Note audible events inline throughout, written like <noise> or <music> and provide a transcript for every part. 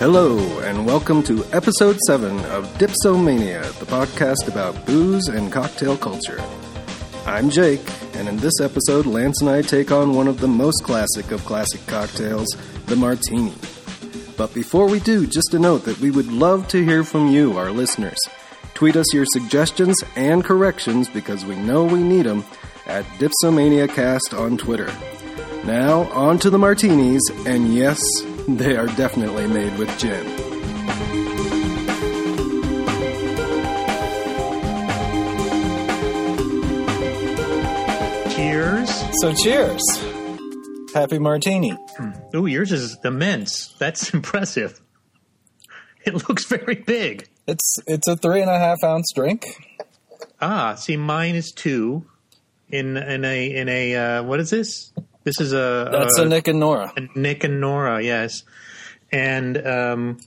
Hello, and welcome to episode 7 of Dipsomania, the podcast about booze and cocktail culture. I'm Jake, and in this episode, Lance and I take on one of the most classic of classic cocktails, the martini. But before we do, just a note that we would love to hear from you, our listeners. Tweet us your suggestions and corrections because we know we need them at DipsomaniaCast on Twitter. Now, on to the martinis, and yes, they are definitely made with gin. Cheers. So cheers. Happy martini. Ooh, yours is immense. That's <laughs> impressive. It looks very big. It's it's a three and a half ounce drink. Ah, see, mine is two. In in a in a uh, what is this? This is a That's a, a Nick and Nora. a Nick and Nora, yes. And um,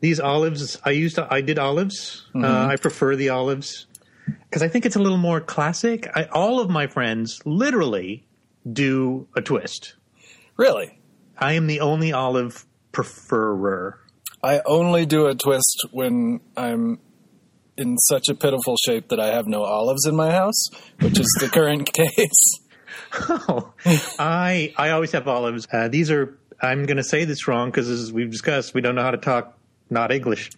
these olives, I used I did olives. Uh, I prefer the olives because I think it's a little more classic. I, all of my friends literally do a twist. Really? I am the only olive preferer. I only do a twist when I'm in such a pitiful shape that I have no olives in my house, which is the current <laughs> case. Oh, I I always have olives. Uh, these are I'm going to say this wrong because as we've discussed, we don't know how to talk not English.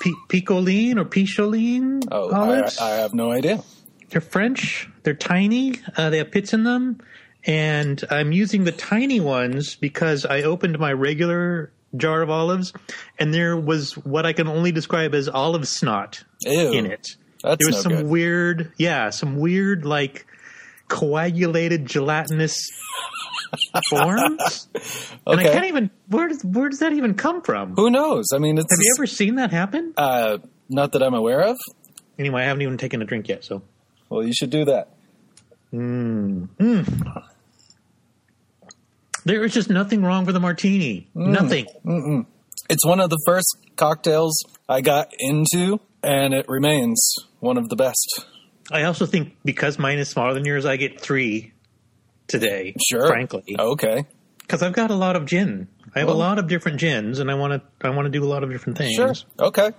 P- picoline or picholine Oh, I, olives. I have no idea. They're French. They're tiny. Uh, they have pits in them, and I'm using the tiny ones because I opened my regular jar of olives, and there was what I can only describe as olive snot Ew. in it. That's there was no some good. weird, yeah, some weird like coagulated gelatinous <laughs> forms. And I Okay. can't even where does where does that even come from? Who knows? I mean, it's Have you ever seen that happen? uh, not that I'm aware of. Anyway, I haven't even taken a drink yet, so Well, you should do that. there is just nothing wrong with a martini. Mm. Nothing. It's one of the first cocktails I got into, and it remains one of the best. I also think because mine is smaller than yours, I get three today. Sure. frankly, Okay. because I've got a lot of gin. I have Well- a lot of different gins, and I want to I want to do a lot of different things. Sure. Okay.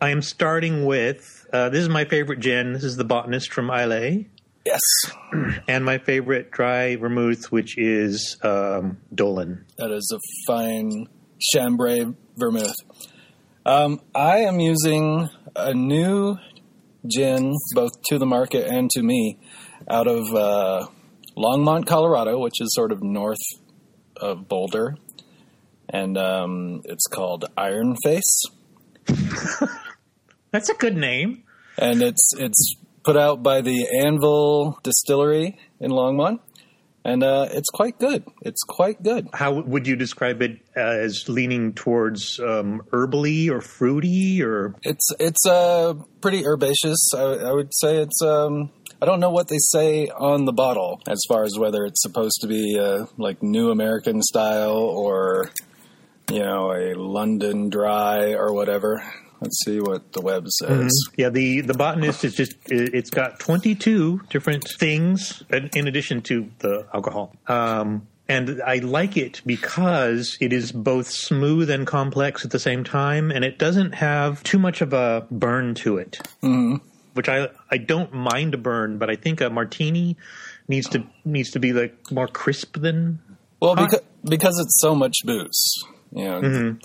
I am starting with uh, this is my favorite gin. This is the Botanist from Islay, Yes. and my favorite dry vermouth, which is um, Dolan. That is a fine chambray vermouth. Um, I am using a new gin, both to the market and to me, out of uh, Longmont, Colorado, which is sort of north of Boulder. And um, it's called Iron Face. That's a good name. and it's it's put out by the Anvil Distillery in Longmont, and uh, it's quite good. It's quite good. How would you describe it as leaning towards um, herbally or fruity or It's it's uh, pretty herbaceous. I, I would say it's. Um, I don't know what they say on the bottle as far as whether it's supposed to be uh, like New American style or you know a London dry or whatever. Let's see what the web says. Yeah, the the botanist is just it- it's got 22 different things in in addition to the alcohol. Um and I like it because it is both smooth and complex at the same time and it doesn't have too much of a burn to it. Which I I don't mind a burn, but I think a martini needs to needs to be like more crisp than Well, because, because it's so much booze, you know,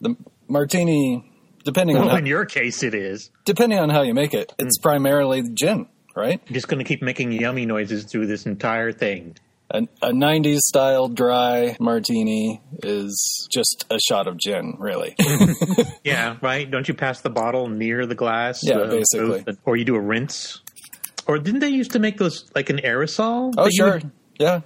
the martini, depending on well, how, in your case it is. depending on how you make it, it's primarily gin, right? I'm just going to keep making yummy noises through this entire thing. A, a '90s style dry martini is just a shot of gin, <laughs> really. Yeah, <laughs> right. Don't you pass the bottle near the glass? Yeah, uh, basically. booth? or you do a rinse. Or didn't they used to make those like an aerosol? oh, that you sure, would- yeah.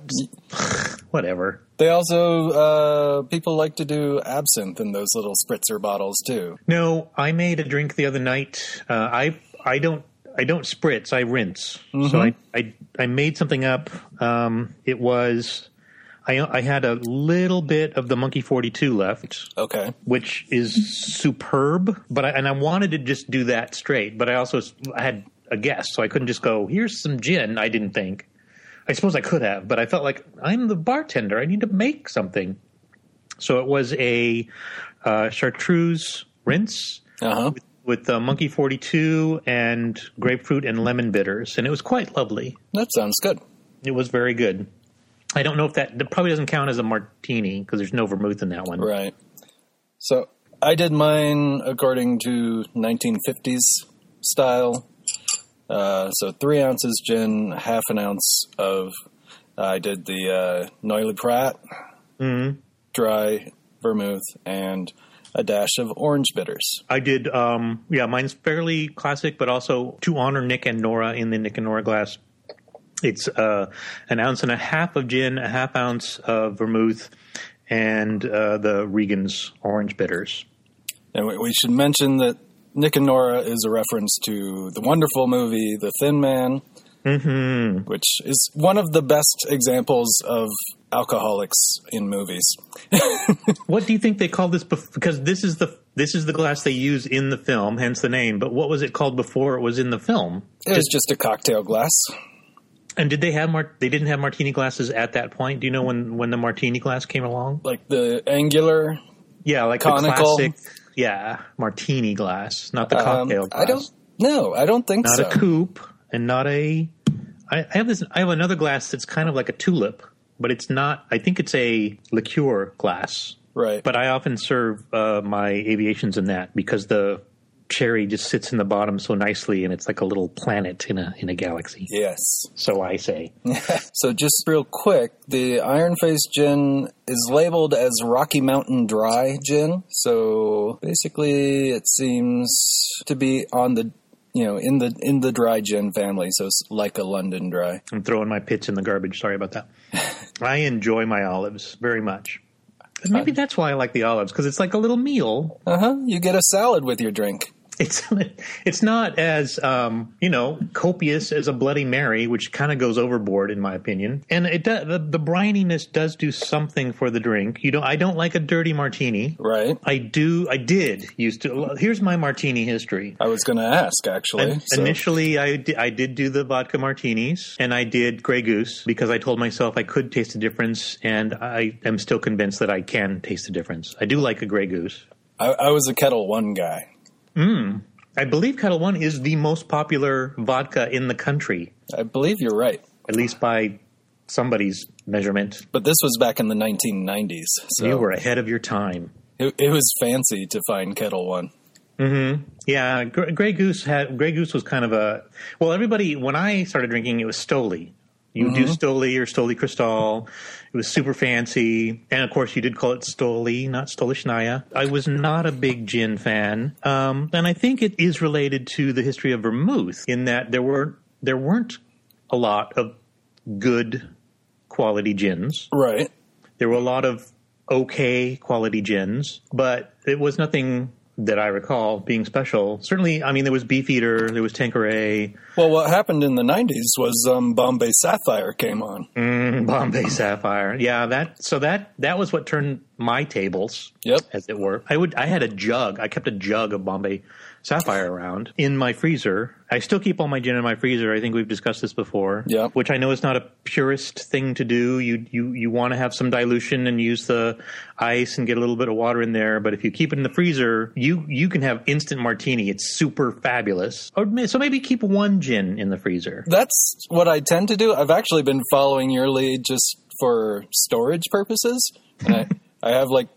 whatever. They also uh, people like to do absinthe in those little spritzer bottles too. No, I made a drink the other night. Uh, I I don't I don't spritz. I rinse. Mm-hmm. So I, I I made something up. Um, it was I I had a little bit of the Monkey Forty Two left. Okay, which is superb. But I, and I wanted to just do that straight, but I also s- I had a guest, so I couldn't just go. Here's some gin. I didn't think. I suppose I could have, but I felt like I'm the bartender. I need to make something. So it was a uh, chartreuse rinse Uh huh. with, with uh, monkey 42 and grapefruit and lemon bitters. And it was quite lovely. That sounds good. It was very good. I don't know if that, that probably doesn't count as a martini because there's no vermouth in that one. Right. So I did mine according to 1950s style. Uh, so three ounces gin, half an ounce of. I did the uh, Noilly Pratt, dry vermouth, and a dash of orange bitters. I did, um, yeah, mine's fairly classic, but also to honor Nick and Nora in the Nick and Nora glass. It's uh, an ounce and a half of gin, a half ounce of vermouth, and uh, the Regan's orange bitters. And we, we should mention that Nick and Nora is a reference to the wonderful movie The Thin Man, which is one of the best examples of alcoholics in movies. What do you think they called this? Bef- because this is the this is the glass they use in the film, hence the name. But what was it called before it was in the film? It was just a cocktail glass. And did they have mar- they didn't have martini glasses at that point? Do you know when when the martini glass came along? Like the angular. Yeah, like the Conical. classic, yeah, martini glass, not the Um, cocktail glass. I don't. No, I don't think not so. a coupe and not a I, I have this I have another glass that's kind of like a tulip, but it's not I think it's a liqueur glass. right. But I often serve uh, my aviations in that because the cherry just sits in the bottom so nicely and it's like a little planet in a in a galaxy. yes. So I say. So just real quick, the Iron Face gin is labeled as Rocky Mountain Dry gin. So basically, it seems to be on the you know in the in the dry gin family. So it's like a London Dry. I'm throwing my pits in the garbage. Sorry about that. I enjoy my olives very much. And Maybe that's why I like the olives because it's like a little meal. <laughs> Uh huh. You get a salad with your drink. It's it's not as um, you know copious as a Bloody Mary, which kind of goes overboard in my opinion. And it does, the, the brininess does do something for the drink. You know, I don't like a dirty martini. Right. I do. I did used to. Here's my martini history. I was going to ask actually. And so- Initially, I di- I did do the vodka martinis and I did Grey Goose because I told myself I could taste the difference, and I am still convinced that I can taste the difference. I do like a Grey Goose. I, I was a Kettle One guy. I believe Kettle One is the most popular vodka in the country, I believe you're right. at least by somebody's measurement. But this was back in the 1990s, so You were ahead of your time. it, it was fancy to find Kettle One. Yeah, Gr- Grey Goose had Grey Goose was kind of a well. Everybody when I started drinking, it was Stoli. You do Stoli or Stoli Cristal. It was super fancy, and of course, you did call it Stoli, not Stolichnaya. I was not a big gin fan, um, and I think it is related to the history of vermouth in that there were there weren't a lot of good quality gins. Right. There were a lot of okay quality gins, but it was nothing that I recall being special. Certainly, I mean, there was Beefeater, there was Tanqueray, Well, what happened in the 90s was um, Bombay Sapphire came on. Mm. Bombay Sapphire. Yeah, that so that that was what turned my tables, Yep. as it were. I would I had a jug. I kept a jug of Bombay Sapphire around in my freezer. I still keep all my gin in my freezer. I think we've discussed this before. Yep. Which I know is not a purist thing to do. You you you want to have some dilution and use the ice and get a little bit of water in there. But if you keep it in the freezer, you you can have instant martini. It's super fabulous. Or may- so maybe keep one gin in the freezer. That's what I tend to do. I've actually been following your lead just for storage purposes. And I, <laughs> I have like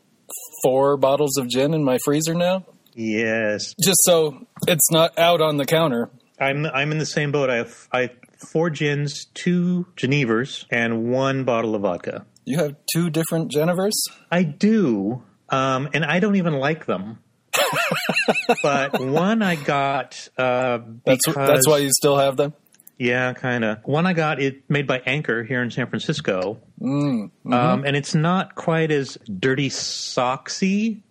four bottles of gin in my freezer now, Yes. just so it's not out on the counter. I'm I'm in the same boat. I have I have four gins, two Genevers, and one bottle of vodka. You have two different Genevers? I do, um, and I don't even like <laughs> them. but one I got uh, That's, because that's why you still have them? yeah, kind of. One I got it made by Anchor here in San Francisco, Mm, mm-hmm. um, and it's not quite as dirty socksy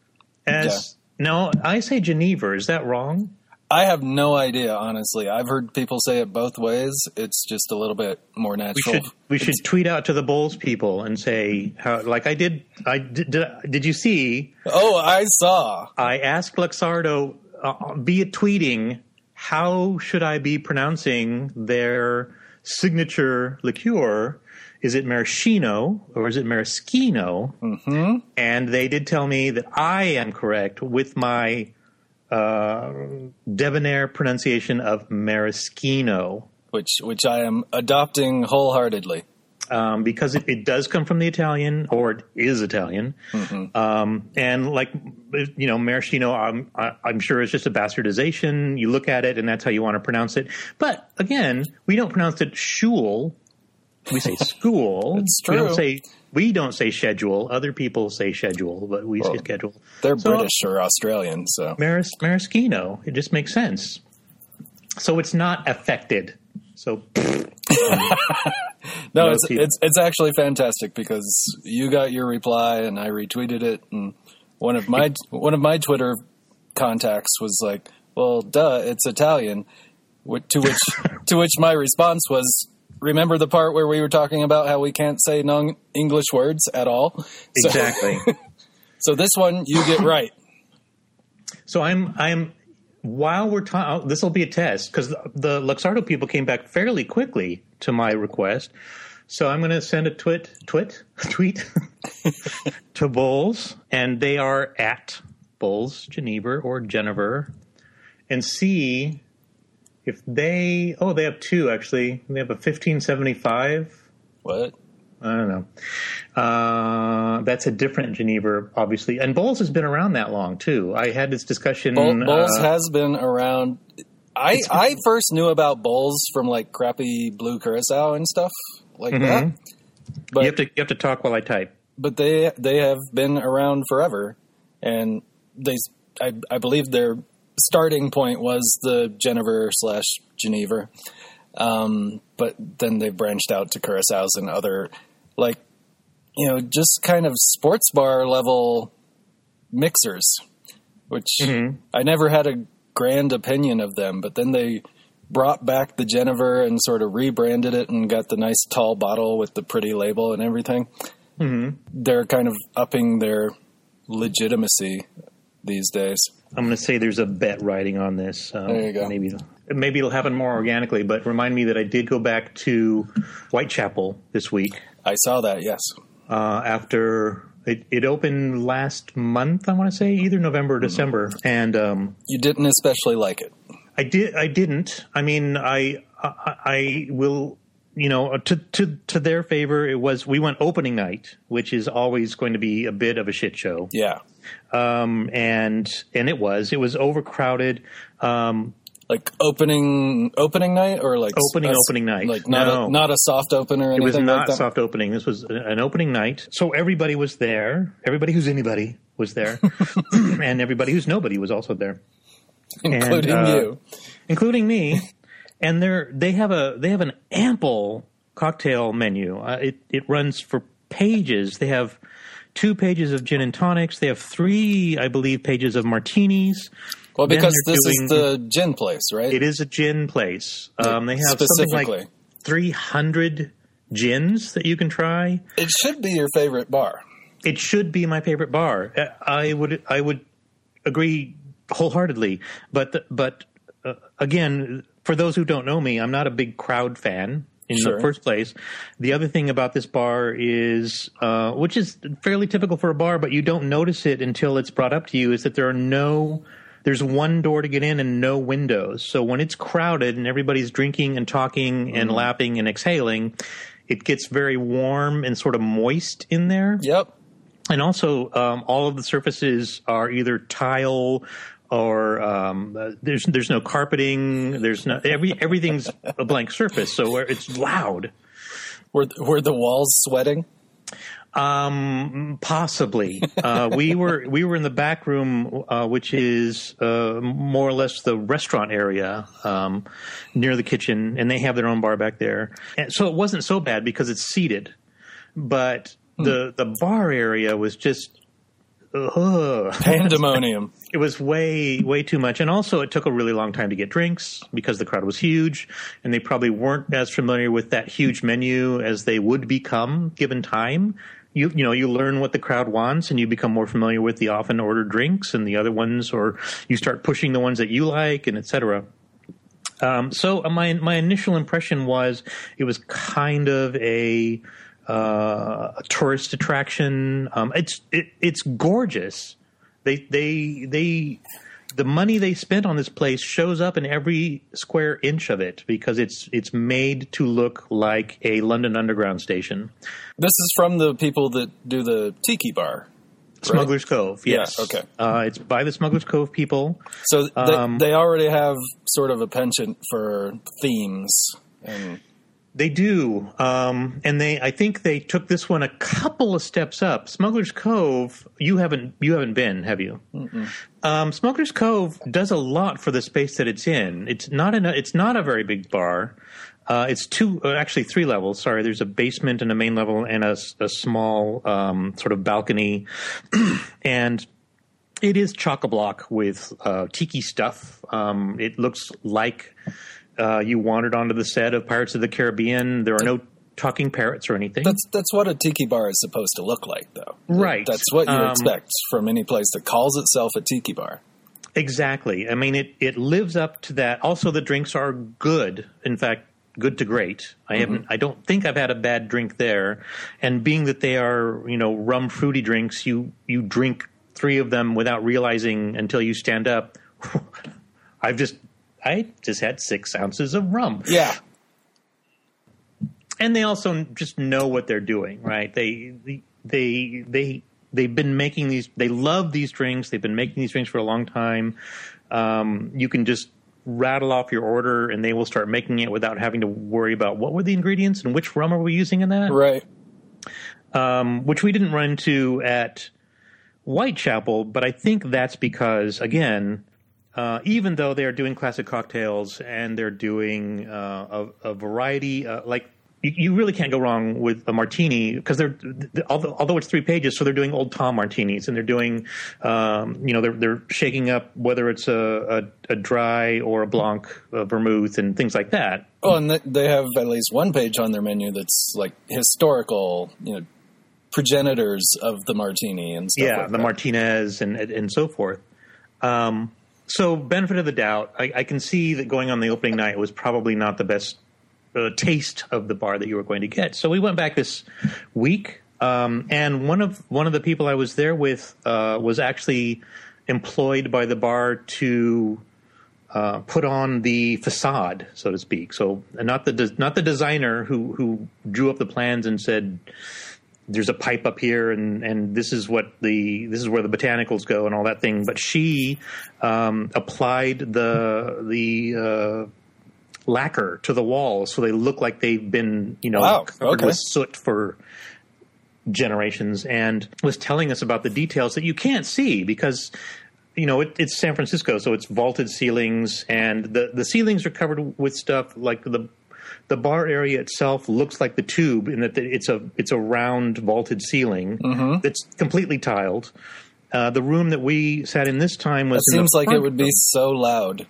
as. No, I say Geneva. Is that wrong? I have no idea, honestly. I've heard people say it both ways. It's just a little bit more We natural. should we should tweet out to the Bulls people and say how like I did I did did, did you see Oh, I saw. I asked Luxardo uh, via tweeting how should I be pronouncing their signature liqueur is it maraschino or is it maraschino? Mm-hmm. And they did tell me that I am correct with my uh, debonair pronunciation of maraschino Which which I am adopting wholeheartedly. um, because it, it does come from the Italian or it is Italian. Mm-hmm. Um, and like, you know, maraschino, I'm, I, I'm sure it's just a bastardization. You look at it and that's how you want to pronounce it. But again, we don't pronounce it shul. We <laughs> say school. It's We true. don't say, we don't say schedule. Other people say schedule, but we say Well, schedule. They're So- British or Australian, so Maris, maraschino. It just makes sense. So it's not affected. So no, No, it's, it's- it's it's actually fantastic because you got your reply and I retweeted it, and one of my one of my Twitter contacts was like, "Well, duh, it's Italian," wh- to which to which my response was. Remember the part where we were talking about how we can't say non-English words at all? <laughs> So- exactly. So this one you get right. So I'm I'm while we're talking, this will be a test because the, the Luxardo people came back fairly quickly to my request. So I'm going to send a twit twit <laughs> tweet to Bowles, and they are at Bowles Geneva or Jennifer, and see if they oh they have two actually they have a 1575 What? I don't know. Uh, that's a different Geneva, obviously. And Bowles has been around that long too. I had this discussion. Bowl, Bowls uh, has been around. I I first knew about Bowls from like crappy blue curacao and stuff like that. But you have to you have to talk while I type. but they they have been around forever, and they I I believe their starting point was the Genever slash Geneva, um, but then they branched out to curacao and other like you know just kind of sports bar level mixers, which I never had a grand opinion of them, but then they. Brought back the Genever and sort of rebranded it and got the nice tall bottle with the pretty label and everything they're kind of upping their legitimacy these days. I'm going to say there's a bet riding on this. Um, There you go. Maybe maybe it'll happen more organically. But remind me that I did go back to Whitechapel this week I saw that, yes. uh, after. It, it opened last month, I want to say, either November or December, and um, You didn't especially like it. I did. I didn't. I mean, I, I I will. You know, to to to their favor, it was we went opening night, which is always going to be a bit of a shit show. Yeah. Um, and and it was it was overcrowded. Um, Like opening opening night or like Opening- a- opening night. Like not No. a, not a soft opener or it was anything not like that. soft opening. This was an opening night, so everybody was there. Everybody who's anybody was there, and everybody who's nobody was also there. including and, uh, you. including me. and they're they have a they have an ample cocktail menu. Uh, it it runs for pages. They have two pages of gin and tonics. They have three, I believe, pages of martinis. Well, then because they're this doing- is the gin place, right? It is a gin place. Um, they have something like Specifically. three hundred gins that you can try. It should be your favorite bar. It should be my favorite bar. Uh, I would I would agree wholeheartedly. But the, but uh, again, for those who don't know me, I'm not a big crowd fan in Sure. the first place. The other thing about this bar is, uh, which is fairly typical for a bar, but you don't notice it until it's brought up to you, is that there are no. There's one door to get in and no windows. So when it's crowded and everybody's drinking and talking and lapping and exhaling, it gets very warm and sort of moist in there Yep. and also um, all of the surfaces are either tile or um, uh, there's there's no carpeting. There's no every everything's a blank surface, so it's loud. Were were the walls sweating? Um, possibly, uh, we were we were in the back room, uh, which is uh, more or less the restaurant area um, near the kitchen, and they have their own bar back there. And so it wasn't so bad because it's seated, but the the bar area was just. Ugh. Pandemonium. it was way way too much and also it took a really long time to get drinks because the crowd was huge and they probably weren't as familiar with that huge menu as they would become given time you you know you learn what the crowd wants and you become more familiar with the often ordered drinks and the other ones or you start pushing the ones that you like and etc um, so uh, my my initial impression was it was kind of a uh, a tourist attraction. Um, it's it, it's gorgeous. They they they the money they spent on this place shows up in every square inch of it because it's it's made to look like a London Underground station. This is from the people that do the tiki bar. Smuggler's Cove, Yeah, yes. okay. Uh, it's by the Smuggler's Cove people. So they, Um, they already have sort of a penchant for themes. And They do, um, and they. I think they took this one a couple of steps up. Smuggler's Cove, you haven't you haven't been, have you? Um, Smuggler's Cove does a lot for the space that it's in. It's not in a, it's not a very big bar. Uh, it's two, uh, actually three levels. Sorry, there's a basement and a main level and a, s- a small um, sort of balcony, <clears throat> and it is chock a block with uh, tiki stuff. Um, it looks like uh, you wandered onto the set of Pirates of the Caribbean. There are no talking parrots or anything. that's that's what a tiki bar is supposed to look like, though. Right. That's what you Um, expect from any place that calls itself a tiki bar. Exactly. I mean, it, it lives up to that. Also, the drinks are good. In fact, good to great. I haven't. I don't think I've had a bad drink there. And being that they are, you know, rum fruity drinks, you you drink three of them without realizing until you stand up. <laughs> I've just I just had six ounces of rum Yeah. and they also just know what they're doing, right? They they they they've been making these. They love these drinks. They've been making these drinks for a long time. Um, you can just rattle off your order, and they will start making it without having to worry about what were the ingredients and which rum are we using in that, Right. um, which we didn't run into at Whitechapel, but I think that's because again. Uh, even though they are doing classic cocktails and they're doing uh, a, a variety, uh, like you, you really can't go wrong with a martini because they're th- th- although, although it's three pages, so they're doing old Tom martinis and they're doing, um, you know, they're they're shaking up whether it's a, a, a dry or a blanc, a vermouth, and things like that. Well, and th- they have at least one page on their menu that's like historical, you know, progenitors of the martini and stuff. yeah, like the that. Martinez and and- and so forth. Um, so benefit of the doubt, I, I can see that going on the opening night was probably not the best uh, taste of the bar that you were going to get. So we went back this week, um, and one of one of the people I was there with uh, was actually employed by the bar to uh, put on the facade, so to speak. So and not the de- not the designer who who drew up the plans and said there's a pipe up here and and this is what the this is where the botanicals go and all that thing but she um, applied the the uh, lacquer to the walls so they look like they've been you know Wow, covered okay. with soot for generations and was telling us about the details that you can't see because you know it, it's San Francisco so it's vaulted ceilings and the the ceilings are covered with stuff like the the bar area itself looks like the tube in that it's a it's a round vaulted ceiling Mm-hmm. that's completely tiled. Uh, the room that we sat in this time was It in the seems like it front would be room. so loud.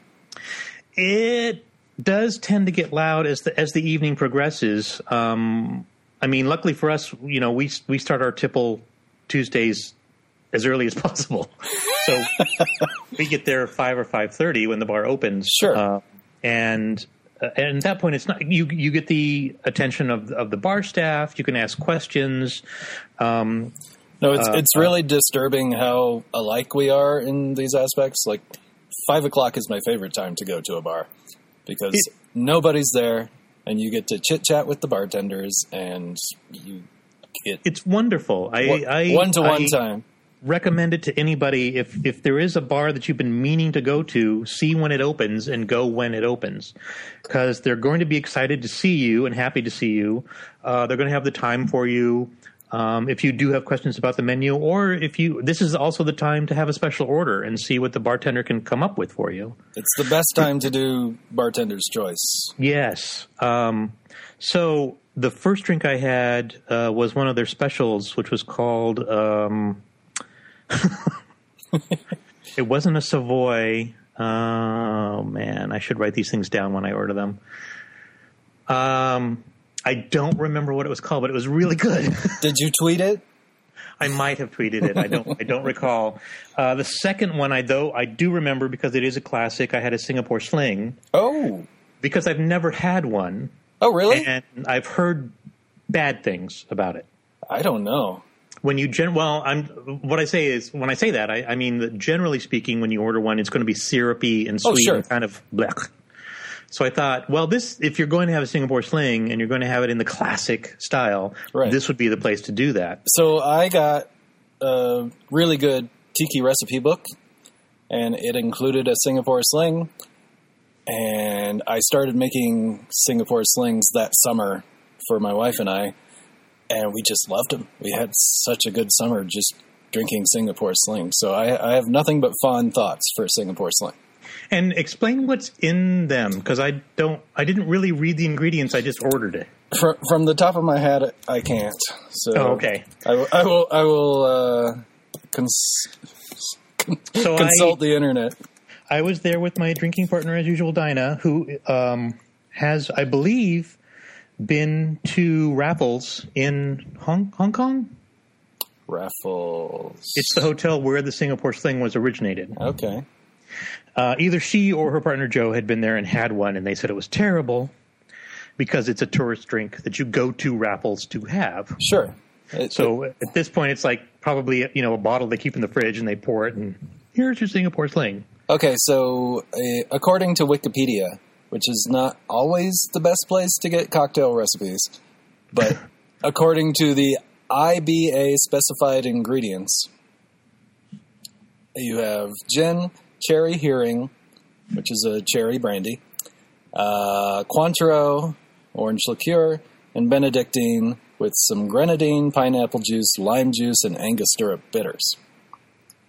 It does tend to get loud as the as the evening progresses. Um, I mean, luckily for us, you know, we we start our tipple Tuesdays as early as <laughs> possible, so we get there five or five thirty when the bar opens. Sure. Uh, and uh, and at that point, it's not you. You get the attention of of the bar staff. You can ask questions. Um, No, it's it's uh, really disturbing how alike we are in these aspects. Like five o'clock is my favorite time to go to a bar because It- nobody's there, and you get to chit chat with the bartenders, and you get it's wonderful. I one to one I- time. recommend it to anybody if if there is a bar that you've been meaning to go to see when it opens and go when it opens because they're going to be excited to see you and happy to see you uh, they're going to have the time for you um, if you do have questions about the menu or if you this is also the time to have a special order and see what the bartender can come up with for you It's the best time to do bartender's choice. Yes. Um, so the first drink I had uh, was one of their specials, which was called. Um, <laughs> it wasn't a Savoy. Oh man, I should write these things down when I order them. Um, I don't remember what it was called, but it was really good. <laughs> Did you tweet it? I might have tweeted it. I don't. I don't recall. Uh, the second one, I though I do remember because it is a classic. I had a Singapore Sling Oh, because I've never had one oh, really? and I've heard bad things about it. I don't know. When you gen well, I'm what I say is when I say that I, I mean that generally speaking, when you order one, it's going to be syrupy and Oh, sweet sure. and kind of blech. So I thought, well, this if you're going to have a Singapore sling and you're going to have it in the classic style, Right. this would be the place to do that. So I got a really good tiki recipe book, and it included a Singapore sling. And I started making Singapore slings that summer for my wife and I, and we just loved them. We had such a good summer just drinking Singapore sling. So I, I have nothing but fond thoughts for Singapore sling. And explain what's in them because I don't, I didn't really read the ingredients. I just ordered it. From, from the top of my head, I can't. So Oh, okay. I will. I will. I will uh, cons- So I- consult the internet. I was there with my drinking partner as usual, Dinah, who um, has, I believe, been to Raffles in Hong Hong Kong. Raffles. It's the hotel where the Singapore sling was originated. okay. Uh, either she or her partner Joe had been there and had one, and they said it was terrible because it's a tourist drink that you go to Raffles to have. Sure. It- So at this point, it's like probably you know a bottle they keep in the fridge and they pour it, and here's your Singapore sling. okay, so uh, according to Wikipedia, which is not always the best place to get cocktail recipes, but according to the IBA specified ingredients, you have gin, cherry hearing, which is a cherry brandy, uh, Cointreau, orange liqueur, and Benedictine with some grenadine, pineapple juice, lime juice, and Angostura bitters.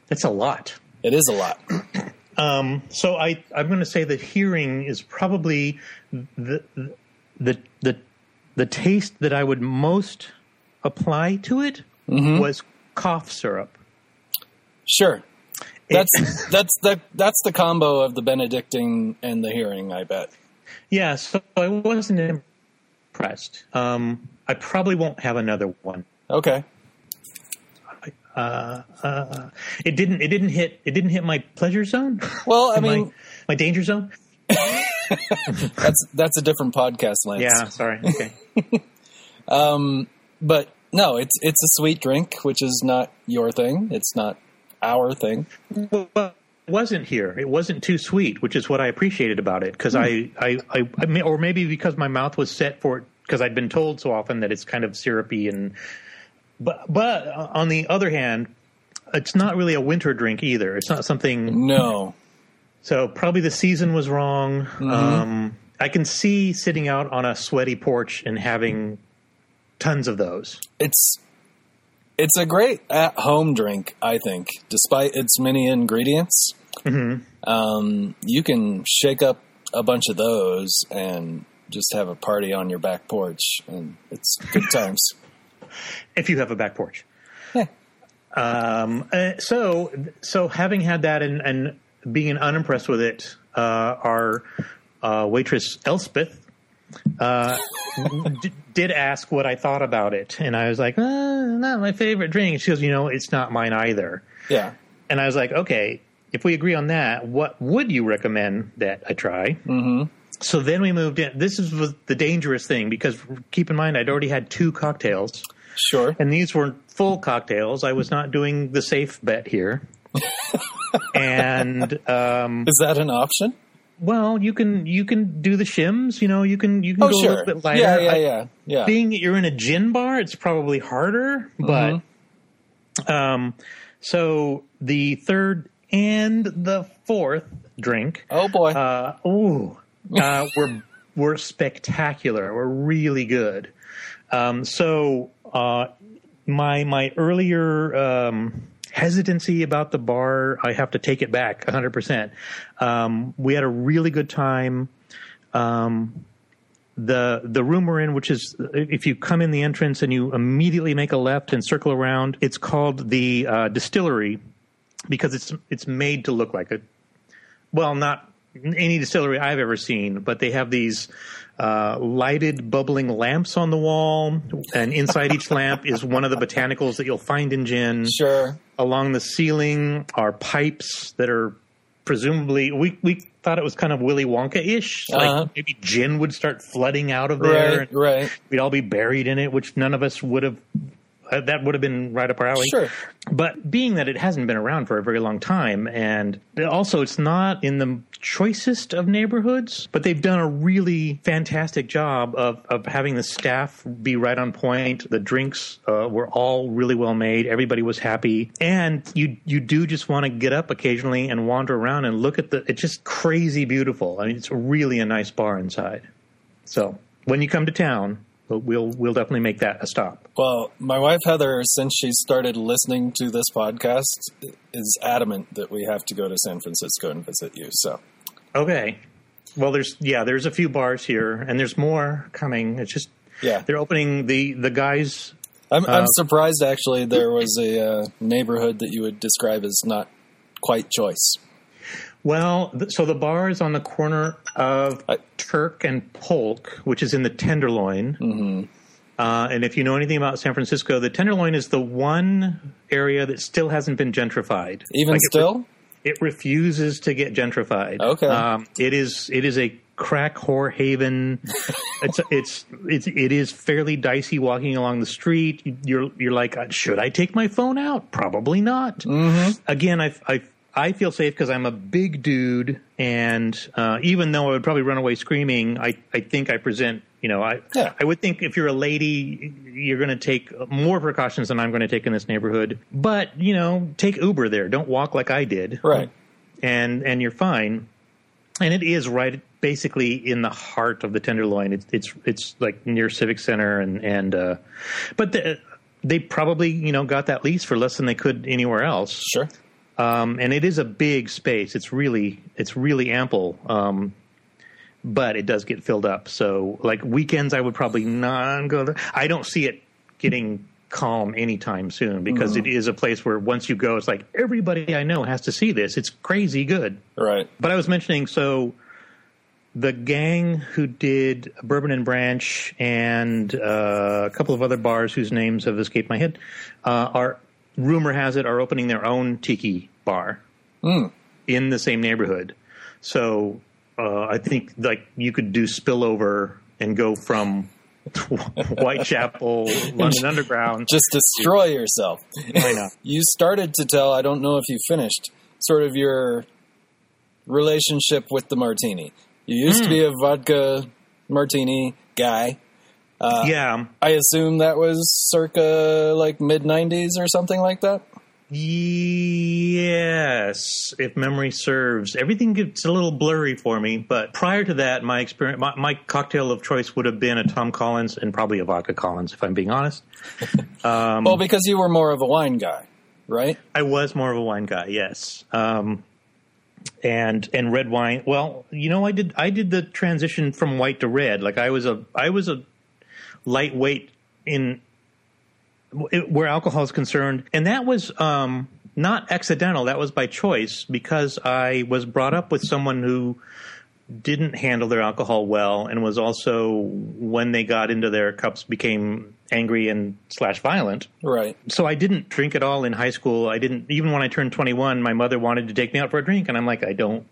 That's a lot. It is a lot. Um, so I, I'm going to say that hearing is probably the, the the the taste that I would most apply to it Mm-hmm. was cough syrup. Sure. That's that's the that's the combo of the Benedictine and the hearing, I bet. Yeah, so I wasn't impressed. Um, I probably won't have another one. Okay. It didn't. It didn't hit. It didn't hit my pleasure zone. Well, I my- mean- my danger zone. That's that's a different podcast lens. Yeah, sorry. Okay. But no, it's it's a sweet drink, which is not your thing. It's not our thing. Well, it wasn't here. It wasn't too sweet, which is what I appreciated about it. Because I, I, I, I may, or maybe because my mouth was set for it, because I'd been told so often that it's kind of syrupy and. But but uh, on the other hand, it's not really a winter drink either. It's not Hmm. something. No. So probably the season was wrong. Um, I can see sitting out on a sweaty porch and having tons of those. It's it's a great at home drink, I think, despite its many ingredients. Um, you can shake up a bunch of those and just have a party on your back porch, and it's good times. if you have a back porch. Yeah. <laughs> Um, uh, so, so having had that and, and being unimpressed with it, uh, our uh, waitress Elspeth uh, <laughs> d- did ask what I thought about it, and I was like, uh, "Not my favorite drink." And she goes, "You know, it's not mine either." Yeah. And I was like, "Okay, if we agree on that, what would you recommend that I try?" Mm-hmm. So then we moved in. This is was the dangerous thing because keep in mind I'd already had two cocktails. Sure. and these were full cocktails. I was not doing the safe bet here. <laughs> and um, Is that an option? well, you can you can do the shims. You know, you can you can Oh, go a sure. little bit lighter. Yeah, yeah, I- yeah, yeah. being that you're in a gin bar, it's probably harder. Mm-hmm. But um, so the third and the fourth drink, oh boy. uh, ooh, uh, were were spectacular. Were really good. Um, so uh, my my earlier um, hesitancy about the bar, I have to take it back 100. Um, percent Um, We had a really good time. Um, the the room we're in, which is if you come in the entrance and you immediately make a left and circle around, it's called the uh, distillery because it's it's made to look like a well, not any distillery I've ever seen, but they have these uh, lighted, bubbling lamps on the wall, and inside each lamp is one of the botanicals that you'll find in gin. sure. Along the ceiling are pipes that are presumably we we thought it was kind of Willy Wonka ish. Like Uh-huh. maybe gin would start flooding out of there. Right, right. We'd all be buried in it, which none of us would have. Uh, that would have been right up our alley. Sure. But being that it hasn't been around for a very long time, and also it's not in the choicest of neighborhoods, but they've done a really fantastic job of, of having the staff be right on point. The drinks uh, were all really well made. Everybody was happy, and you you do just want to get up occasionally and wander around and look at the. It's just crazy beautiful. I mean, it's really a nice bar inside. So when you come to town, we'll- we'll we'll definitely make that a stop. Well, my wife Heather, since she started listening to this podcast, is adamant that we have to go to San Francisco and visit you. So, Okay. Well, there's yeah, there's a few bars here, and there's more coming. It's just yeah, they're opening the the guys. I'm, I'm Oh. surprised actually. There was a uh, neighborhood that you would describe as not quite choice. Well, th- so the bar is on the corner of I- Turk and Polk, which is in the Tenderloin. Mm-hmm. Uh, and if you know anything about San Francisco, the Tenderloin is the one area that still hasn't been gentrified. Even Like, it- still, it refuses to get gentrified. Okay. um, it is it is a crack whore <laughs> haven. it's it's it's it is fairly dicey walking along the street. You're you're like, uh, should I take my phone out? Probably not. Mm-hmm. Again, I I I feel safe because I'm a big dude, and uh, even though I would probably run away screaming, I I think I present. You know, I Yeah. I would think if you're a lady, you're going to take more precautions than I'm going to take in this neighborhood. But you know, take Uber there. Don't walk like I did right? and and you're fine. And it is right, basically in the heart of the Tenderloin. It's it's it's like near Civic Center, and and uh, but the, they probably you know got that lease for less than they could anywhere else. Sure. Um, and it is a big space. It's really it's really ample. Um, but it does get filled up. So like weekends, I would probably not go. There. I don't see it getting calm anytime soon because it is a place where once you go, it's like everybody I know has to see this. It's crazy good. Right. But I was mentioning so the gang who did Bourbon and Branch and uh, a couple of other bars whose names have escaped my head uh, are rumor has it are opening their own tiki bar in the same neighborhood. So uh, I think like you could do spillover and go from <laughs> Whitechapel, London Underground. Just uh, destroy yourself. <laughs> Why not? you started to tell. I don't know if you finished. Sort of your relationship with the martini. You used to be Hmm. a vodka martini guy. yeah. I assume that was circa like mid '90s or something like that. Yes, if memory serves. Everything gets a little blurry for me, but prior to that, my experience, my, my cocktail of choice would have been a Tom Collins and probably a vodka Collins, if I'm being honest. Um, well, because you were more of a wine guy, right? I was more of a wine guy, yes. Um, and and red wine. Well, you know, I did I did the transition from white to red. Like I was a I was a lightweight in it- where alcohol is concerned, and that was um, not accidental. That was by choice because I was brought up with someone who didn't handle their alcohol well, and was also when they got into their cups became angry and slash violent Right. so I didn't drink at all in high school. I didn't even when I turned 21, my mother wanted to take me out for a drink and I'm like I don't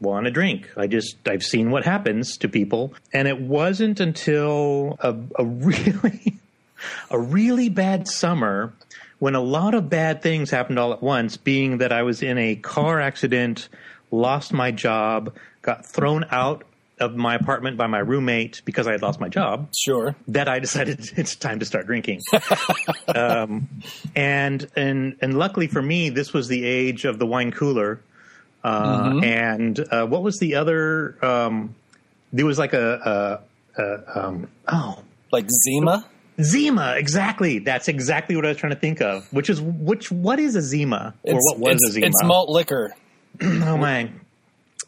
want to drink. I just I've seen what happens to people and it wasn't until a, a really <laughs> a really bad summer when a lot of bad things happened all at once being that I was in a car accident, lost my job, got thrown out of my apartment by my roommate because I had lost my job Sure. that I decided <laughs> it's time to start drinking. <laughs> um, and and and luckily for me, this was the age of the wine cooler. Uh, Mm-hmm. And uh, what was the other? Um, there was like a, a, a um, oh Like Zima. Zima, exactly. That's exactly what I was trying to think of. Which is which? What is a Zima, or what was it's, a Zima? It's malt liquor. Oh my.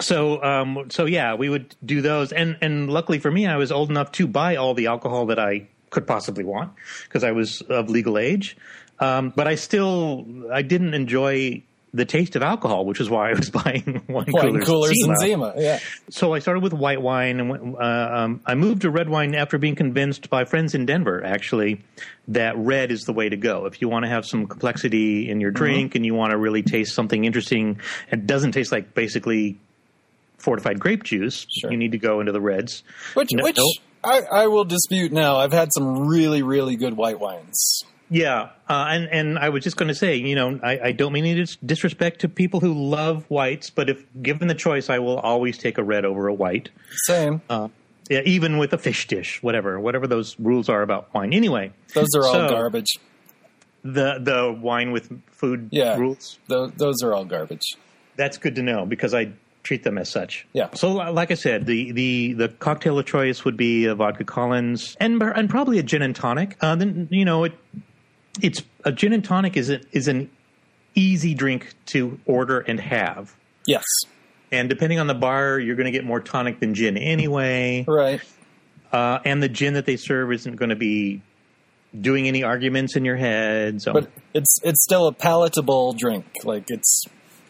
So um so yeah, we would do those and and luckily for me I was old enough to buy all the alcohol that I could possibly want because I was of legal age. Um but I still I didn't enjoy the taste of alcohol, which is why I was <laughs> buying wine, Wine coolers Zima. and Zima. Yeah. So I started with white wine, and went, uh, um, I moved to red wine after being convinced by friends in Denver, actually, that red is the way to go. If you want to have some complexity in your drink and you want to really taste something interesting and doesn't taste like basically fortified grape juice, Sure. you need to go into the reds. Which No- which I, I will dispute now. I've had some really really good white wines. Yeah, uh, and and I was just going to say, you know, I, I don't mean any dis- disrespect to people who love whites, but if given the choice, I will always take a red over a white. Same. Uh, yeah, even with a fish dish, whatever, whatever those rules are about wine. Anyway, Those are all so- garbage. the the wine with food Yeah. rules. Those, those are all garbage. That's good to know because I treat them as such. Yeah. So li- like I said, the the the cocktail of choice would be a vodka Collins and and probably a gin and tonic. Uh, then you know it it's a gin and tonic is a, is an easy drink to order and have. Yes. And depending on the bar, you're going to get more tonic than gin anyway. Right. Uh, and the gin that they serve isn't going to be doing any arguments in your head. So But it's it's still a palatable drink. Like it's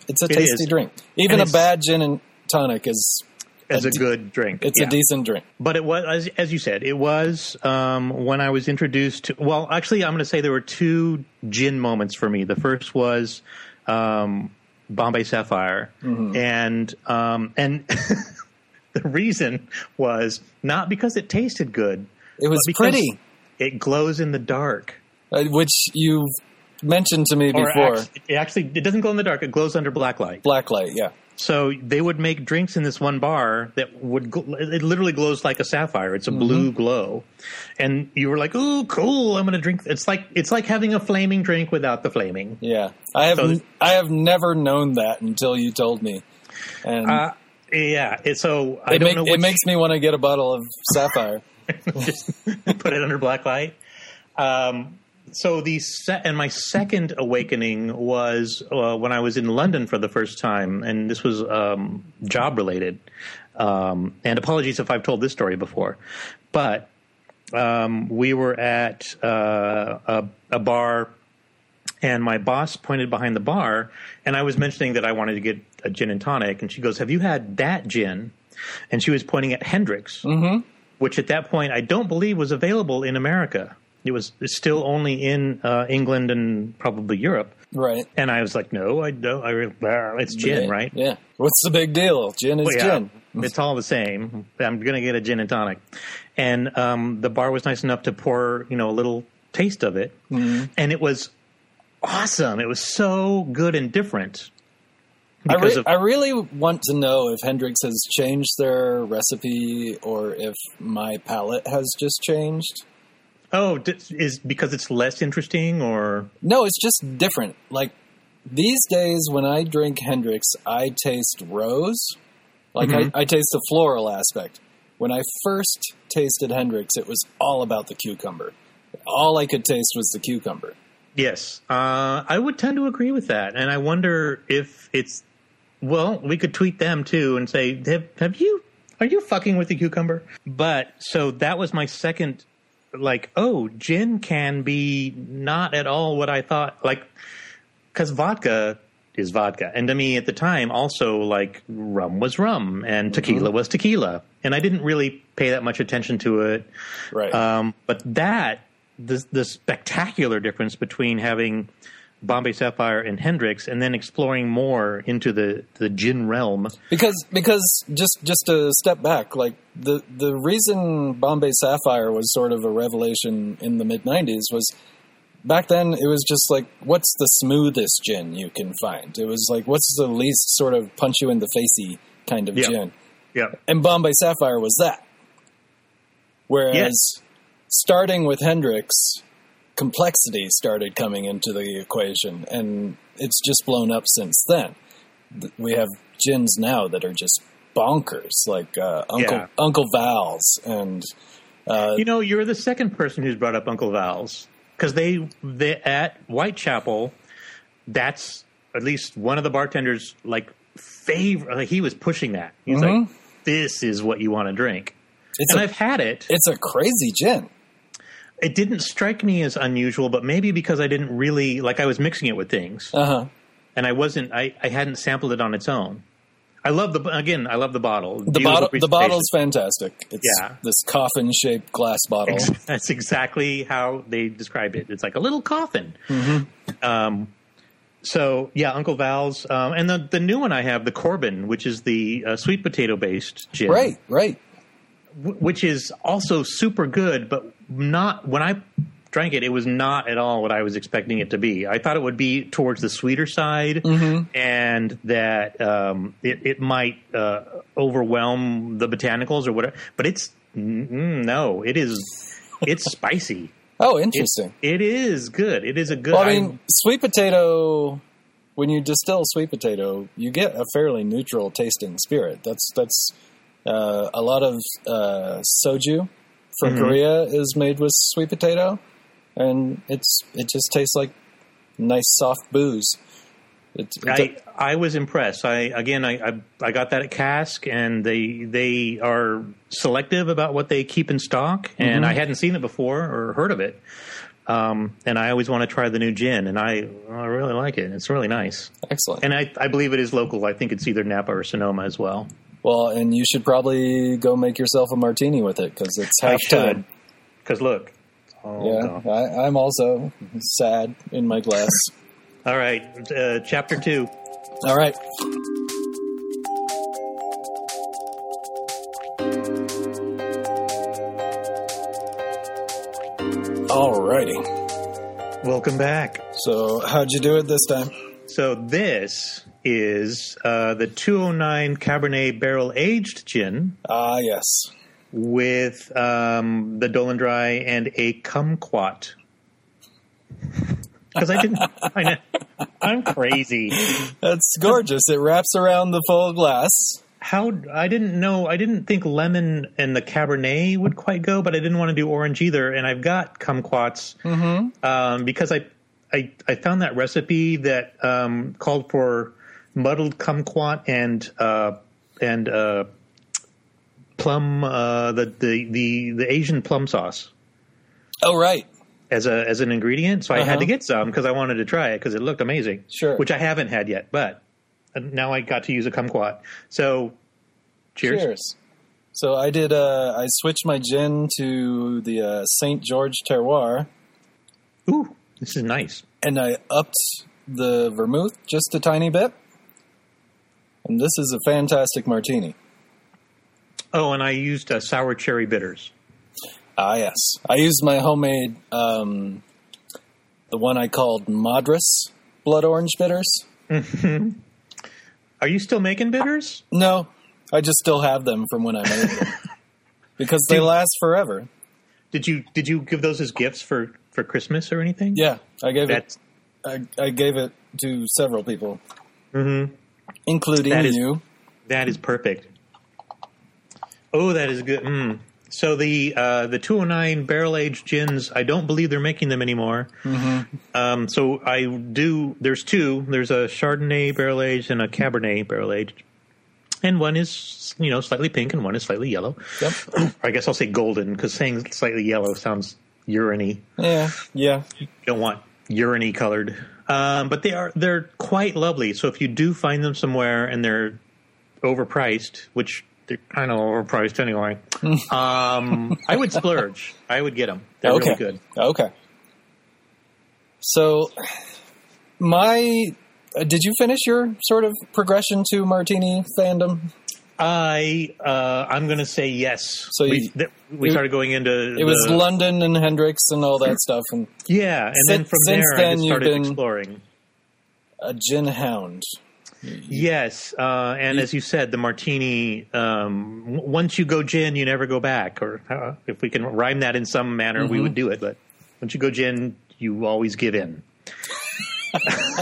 it's a It tasty is. drink. Even And a it's- bad gin and tonic is as a a de- good drink, it's Yeah. a decent drink. But it was, as, as you said, it was um, when I was introduced to. Well, actually, I'm going to say there were two gin moments for me. The first was um, Bombay Sapphire, Mm-hmm. and um, and <laughs> the reason was not because it tasted good. It was but because pretty, It glows in the dark. uh, which you mentioned to me Or before. act- it actually, it doesn't glow in the dark. It glows under black light. Blacklight, yeah. So they would make drinks in this one bar that would gl- it literally glows like a sapphire. It's a Mm-hmm. blue glow, and you were like, "Ooh, cool! I'm going to drink." It's like it's like having a flaming drink without the flaming. Yeah, I have So- n- I have never known that until you told me, and Uh, yeah. It, so I Mm-hmm. it, don't make- know. it Which, makes me want to get a bottle of sapphire. <laughs> put it under black light. Um, so the se- and my second awakening was uh, when I was in London for the first time, and this was um, job related. Um, and apologies if I've told this story before, but um, we were at uh, a, a bar, and my boss pointed behind the bar, and I was mentioning that I wanted to get a gin and tonic, and she goes, "Have you had that gin?" And she was pointing at Hendrix, which at that point I don't believe was available in America. It was still only in uh, England and probably Europe. right. And I was like, "No, I don't. I, re- blah, it's gin, Yeah, right? Yeah. What's the big deal? Gin is Well, yeah, gin. It's all the same. I'm going to get a gin and tonic. And um, the bar was nice enough to pour, you know, a little taste of it. Mm-hmm. And it was awesome. It was so good and different. I, Because re- of, I really want to know if Hendrix has changed their recipe or if my palate has just changed. oh, d- is because it's less interesting or No, it's just different. Like these days, when I drink Hendrix, I taste rose. Like Mm-hmm. I, I taste the floral aspect. When I first tasted Hendrix, it was all about the cucumber. All I could taste was the cucumber. Yes, uh, I would tend to agree with that, and I wonder if it's. Well, we could tweet them too and say, "Have, have you? Are you fucking with the cucumber?" But so that was my second, like, oh, gin can be not at all what I thought. Like, because vodka is vodka, and to me at the time, also like rum was rum and tequila was tequila, and I didn't really pay that much attention to it. Right. Um, but that the the spectacular difference between having Bombay Sapphire and Hendrix, and then exploring more into the the gin realm. because because just just to step back, like the the reason Bombay Sapphire was sort of a revelation in the mid '90s was back then it was just like what's the smoothest gin you can find? It was like what's the least sort of punch you in the facey kind of Yeah. gin, Yeah, and Bombay Sapphire was that. Whereas Yes. starting with Hendrix, complexity started coming into the equation, and it's just blown up since then. Th- We have gins now that are just bonkers, like uh, Uncle Yeah. Uncle Val's, and you know, you're the second person who's brought up Uncle Val's because they they at Whitechapel. That's at least one of the bartenders like favorite. Like, he was pushing that. He's like, "This is what you want to drink," it's and a I've had it. it's a crazy gin. It didn't strike me as unusual, but maybe because I didn't really like I was mixing it with things. Uh huh. and I wasn't I, I hadn't sampled it on its own. I love the again. I love the bottle. The Beautiful bottle, the presentation. bottle's fantastic. It's Yeah. this coffin shaped glass bottle. Ex- <laughs> That's exactly how they describe it. It's like a little coffin. Mm-hmm. Um, so yeah, Uncle Val's, um, and the the new one I have, the Corbin, which is the uh, sweet potato based gin, Right, right. w- which is also super good, but not when I drank it, it was not at all what I was expecting it to be. I thought it would be towards the sweeter side, Mm-hmm. and that um, it, it might uh, overwhelm the botanicals or whatever. But it's mm, mm, no, it is it's spicy. Oh, interesting. It is good. It is a good. well, I mean, sweet potato. When you distill sweet potato, you get a fairly neutral tasting spirit. That's that's uh, a lot of uh, soju from Korea is made with sweet potato, and it's it just tastes like nice soft booze. It, it- I, I was impressed. I again, I, I I got that at Cask, and they they are selective about what they keep in stock, and I hadn't seen it before or heard of it. Um, and I always want to try the new gin, and I I really like it. It's really nice, excellent. and I I believe it is local. I think it's either Napa or Sonoma as well. well, and you should probably go make yourself a martini with it because it's half time. because look, Oh, it's all Yeah, gone. I, I'm also sad in my glass. All right, uh, chapter two. All right. Alrighty. Welcome back. So, how'd you do it this time? So this is uh, the 209 Cabernet barrel aged gin Ah, yes. with um, the Dolan Dry and a kumquat. Because I didn't. I know, I'm crazy. That's gorgeous. It wraps around the full glass. How I didn't know. I didn't think lemon and the Cabernet would quite go, but I didn't want to do orange either. And I've got kumquats um, because I, I I found that recipe that um, called for muddled kumquat and uh, and uh, plum uh, the, the the the Asian plum sauce Oh, right. as a as an ingredient. So I Uh-huh. had to get some because I wanted to try it because it looked amazing. Sure. which I haven't had yet, but uh, now I got to use a kumquat. So cheers. Cheers. So, I did, uh, I switched my gin to the uh, St. George Terroir. Ooh, this is nice. and I upped the vermouth just a tiny bit. And this is a fantastic martini. Oh, and I used uh, sour cherry bitters. Ah, yes. I used my homemade, um, the one I called Madras blood orange bitters. Are you still making bitters? No, I just still have them from when I <laughs> made them because they last forever. Did you did you give those as gifts for for Christmas or anything? Yeah, I gave That's it. I, I gave it to several people, mm-hmm. including That is- you. that is perfect. Oh, that is good. Mm. So the uh, the 209 barrel aged gins, I don't believe they're making them anymore. Um, so I do. There's two. There's a Chardonnay barrel aged and a Cabernet barrel aged, and one is you know slightly pink and one is slightly yellow. <clears throat> Yep. I guess I'll say golden because saying slightly yellow sounds uriny. Yeah, yeah. don't want uriny colored. Um, but they are they're quite lovely. So if you do find them somewhere and they're overpriced, which they're kind of overpriced <laughs> anyway, um, I would splurge. I would get them. They're okay. really good. Okay. So, my uh, did you finish your sort of progression to martini fandom? I uh, I'm going to say yes. So we, you- th- we it- started going into It was the- London and Hendrix and all that stuff, and yeah, and then since- from since there I then just you've started been- exploring. a gin hound. Yes, uh, and as you said, the martini. Um, w- once you go gin, you never go back. Or uh, if we can rhyme that in some manner, we would do it. But once you go gin, you always give in. <laughs>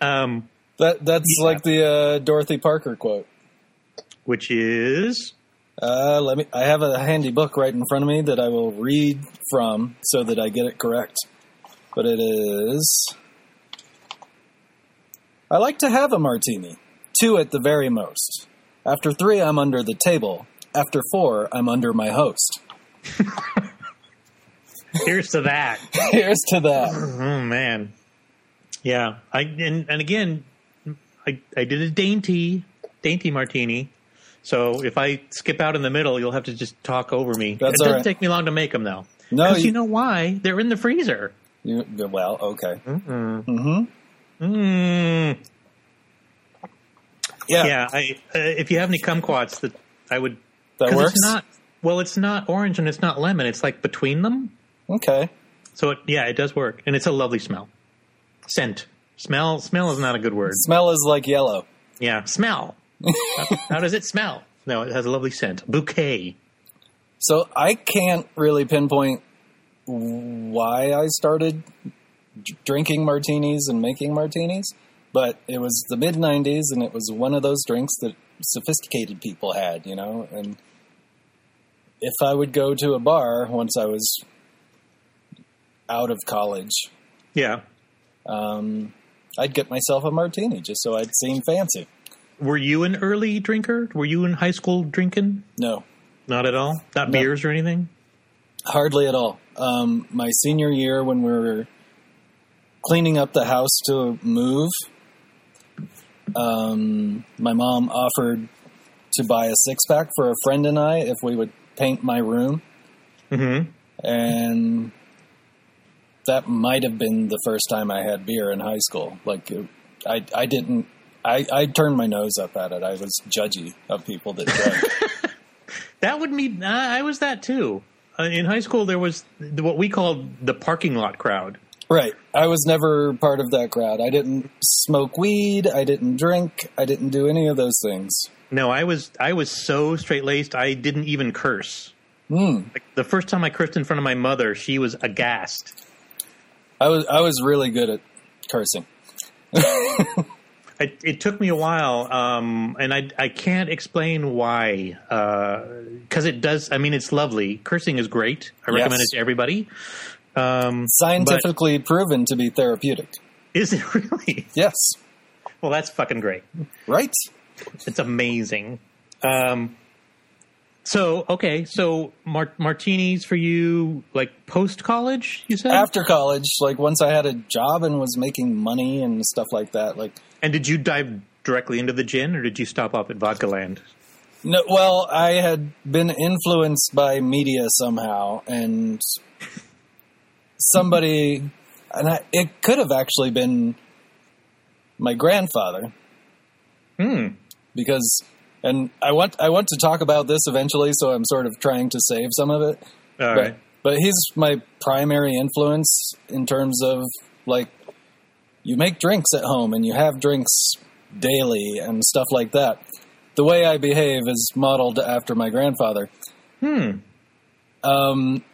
um, That that's like the uh, Dorothy Parker quote. which is Uh, let me. I have a handy book right in front of me that I will read from so that I get it correct. But it is. I like to have a martini, two at the very most. After three, I'm under the table. After four, I'm under my host. <laughs> here's to that. Here's to that. Oh man. Yeah, I and, and again, I I did a dainty dainty martini. So if I skip out in the middle, you'll have to just talk over me. That's it all doesn't right. take me long to make them though. No, because you, you- know why? They're in the freezer. You, well, okay. Mm. Yeah, Yeah, I uh, if you have any kumquats, that I would. that 'cause works. It's not well. It's not orange and it's not lemon. It's like between them. okay. So it, yeah, it does work, and it's a lovely smell. Scent, smell, smell is not a good word. Smell is like yellow. Yeah, smell. how, how does it smell? No, it has a lovely scent. Bouquet. So I can't really pinpoint why I started d- drinking martinis and making martinis, but it was the mid 90s and it was one of those drinks that sophisticated people had, you know? And if I would go to a bar once I was out of college, Yeah. um, I'd get myself a martini just so I'd seem fancy. Were you an early drinker? Were you in high school drinking? No, Not at all. Not No. beers or anything. Hardly at all. Um, my senior year, when we were cleaning up the house to move, um, my mom offered to buy a six pack for a friend and I if we would paint my room. Mm-hmm. And that might have been the first time I had beer in high school. Like, it- I, I didn't. I, I turned my nose up at it. I was judgy of people that drank. That would mean I I was that too. Uh, in high school, there was th- what we called the parking lot crowd. Right. I was never part of that crowd. I didn't smoke weed. I didn't drink. I didn't do any of those things. No, I was I was so straight laced. I didn't even curse. Like, the first time I cursed in front of my mother, she was aghast. I was I was really good at cursing. it, it took me a while, um, and I I can't explain why. Because it does. I mean, it's lovely. Cursing is great. I Yes. recommend it to everybody. Um, Scientifically proven to be therapeutic. is it <laughs> really? Yes. Well, that's fucking great. Right. It's amazing. Um, so okay, so mar- martinis for you, like post college, you said. After college, like once I had a job and was making money and stuff like that, like and did you dive directly into the gin, or did you stop off at Vodka Land? No, well, I had been influenced by media somehow, and somebody, and I, it could have actually been my grandfather, because, and I want I want to talk about this eventually, so I'm sort of trying to save some of it. All right. but, but he's my primary influence in terms of like you make drinks at home and you have drinks daily and stuff like that. The way I behave is modeled after my grandfather. Hmm. Um,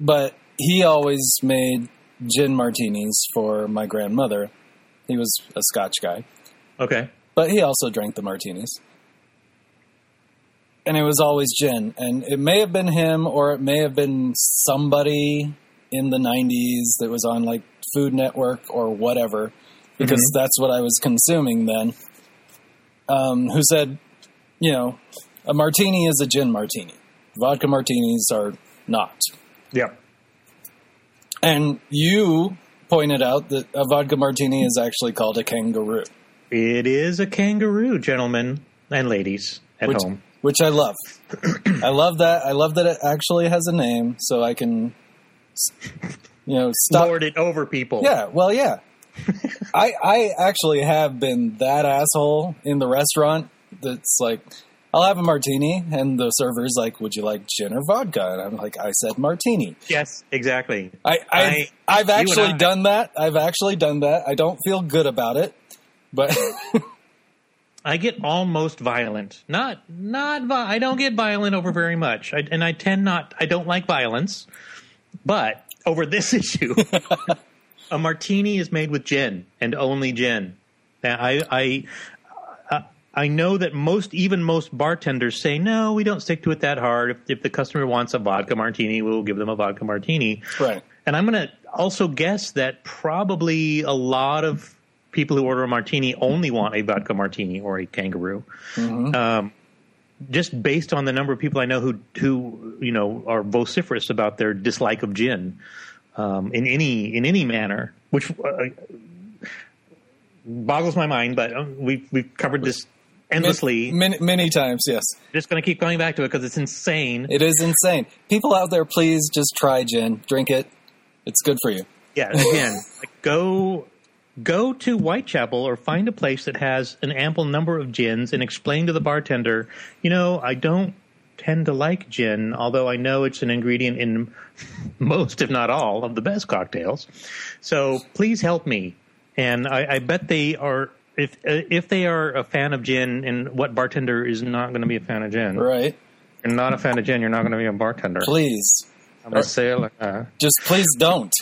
but he always made gin martinis for my grandmother. He was a Scotch guy, Okay. but he also drank the martinis. And it was always gin. And it may have been him or it may have been somebody in the 90s that was on like Food Network or whatever, because that's what I was consuming then, um, who said, you know, a martini is a gin martini. Vodka martinis are not. Yeah. And you pointed out that a vodka martini is actually called a kangaroo. It is a kangaroo, gentlemen and ladies at which, home. which I love. I love that. I love that it actually has a name, so I can, you know, stop. Lord it over people. Yeah, well, yeah. <laughs> I I actually have been that asshole in the restaurant that's like, I'll have a martini, and the server's like, "Would you like gin or vodka?" And I'm like, "I said martini." Yes, exactly. I, I, I have you and actually I. done that. I've actually done that. I don't feel good about it, but <laughs> I get almost violent. Not not vi- I don't get violent over very much. I, and I tend not I don't like violence. But over this <laughs> issue, a martini is made with gin and only gin. Now, I I I know that most, even most bartenders say, no, we don't stick to it that hard. If, if the customer wants a vodka martini, we'll give them a vodka martini. right. And I'm going to also guess that probably a lot of people who order a martini only want a vodka martini or a kangaroo. Um, just based on the number of people I know who, who you know, are vociferous about their dislike of gin um, in any in any manner, which uh, boggles my mind, but um, we've, we've covered this endlessly. Many, many times, yes. Just going to keep going back to it because it's insane. It is insane. People out there, please just try gin. Drink it. It's good for you. Yeah, and again, like go go to Whitechapel or find a place that has an ample number of gins and explain to the bartender, you know, I don't tend to like gin, although I know it's an ingredient in most, if not all, of the best cocktails. So please help me. And I, I bet they are. If uh, if they are a fan of gin, and what bartender is not going to be a fan of gin? Right. You're not a fan of gin. You're not going to be a bartender. Please. I'm going to say it like that. Just please don't.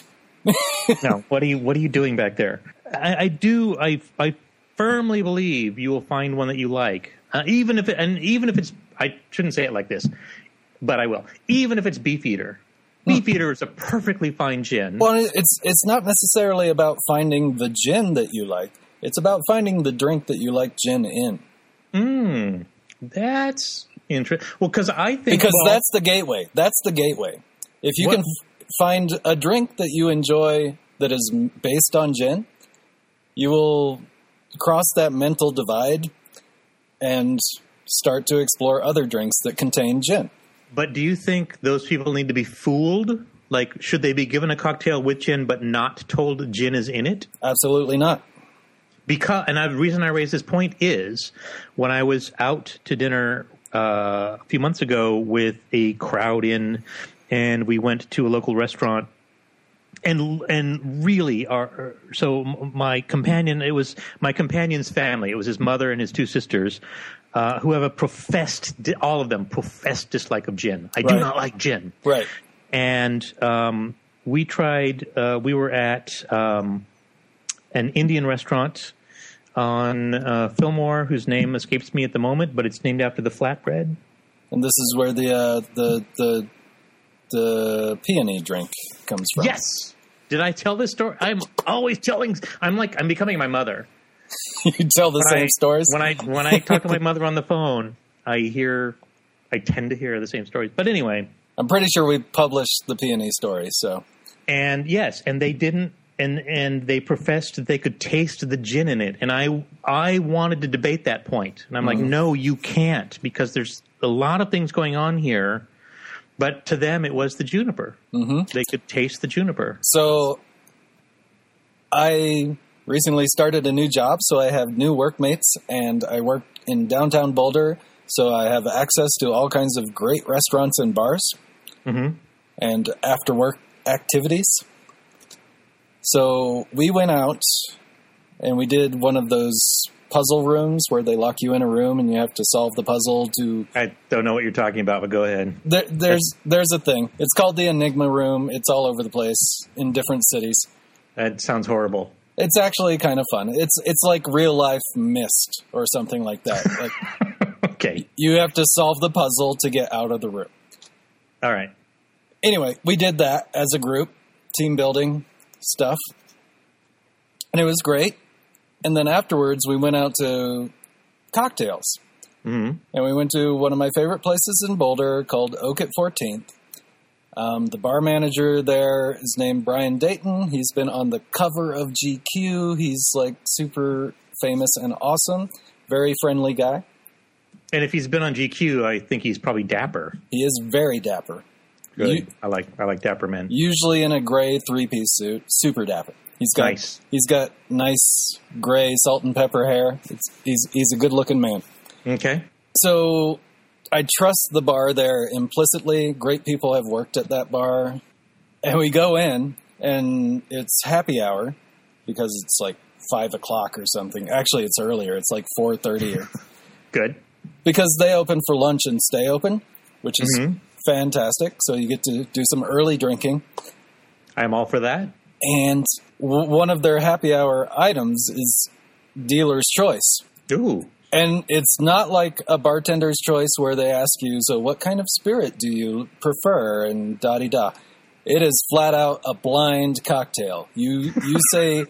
no, what are you what are you doing back there? I, I do. I I firmly believe you will find one that you like, uh, even if it, and even if it's I shouldn't say it like this, but I will. Even if it's Beefeater, Beefeater is a perfectly fine gin. Well, it- it's it's not necessarily about finding the gin that you like. It's about finding the drink that you like gin in, That's interesting. Well, because I think because well, that's the gateway. That's the gateway. If you What- can f- find a drink that you enjoy that is m- based on gin, you will cross that mental divide and start to explore other drinks that contain gin. But do you think those people need to be fooled? Like, should they be given a cocktail with gin but not told gin is in it? Absolutely not. because and I, the reason I raise this point is when I was out to dinner uh, a few months ago with a crowd in, and we went to a local restaurant. And and really, our so my companion it was my companion's family. It was his mother and his two sisters, uh, who have a professed all of them professed dislike of gin. I do Right. not like gin Right. and um, we tried. Uh, we were at um, an Indian restaurant on uh, Fillmore, whose name escapes me at the moment, but it's named after the flatbread. And this is where the uh, the the the peony drink comes from. Yes. Did I tell this story? I'm always telling. I'm like I'm becoming my mother. <laughs> you tell the When same I- stories. When I when I talk to my mother on the phone, I hear, I tend to hear the same stories. But anyway, I'm pretty sure we published the peony story. So and yes, and they didn't, and and they professed that they could taste the gin in it, and I I wanted to debate that point, and I'm like, no, you can't, because there's a lot of things going on here, but to them it was the juniper. Mm-hmm. They could taste the juniper. so I recently started a new job, so I have new workmates, and I work in downtown Boulder, so I have access to all kinds of great restaurants and bars, and after work activities. So we went out and we did one of those puzzle rooms where they lock you in a room and you have to solve the puzzle to I don't know what you're talking about, but go ahead. There, there's there's a thing. It's called the Enigma Room. It's all over the place in different cities. That sounds horrible. It's actually kind of fun. It's it's like real life mist or something like that. Like Okay, you have to solve the puzzle to get out of the room. all right. Anyway, we did that as a group, team building stuff, and it was great. And then afterwards, we went out to cocktails, Mhm. and we went to one of my favorite places in Boulder called Oak at Fourteenth. Um, the bar manager there is named Brian Dayton. He's been on the cover of GQ. He's like super famous and awesome. Very friendly guy. And if he's been on GQ, I think he's probably dapper. He is very dapper. Good. You- I like I like dapper men. usually in a gray three-piece suit, super dapper. He's got Nice. he's got nice gray salt and pepper hair. It's, he's he's a good-looking man. Okay. So I trust the bar there implicitly. Great people have worked at that bar. And we go in, and it's happy hour because it's like five o'clock or something. Actually, it's earlier. It's like four thirty or Good. because they open for lunch and stay open, which is fantastic. So you get to do some early drinking. I'm all for that. and w- one of their happy hour items is dealer's choice. Ooh. And it's not like a bartender's choice where they ask you, so what kind of spirit do you prefer? And da di da. It is flat out a blind cocktail. You you say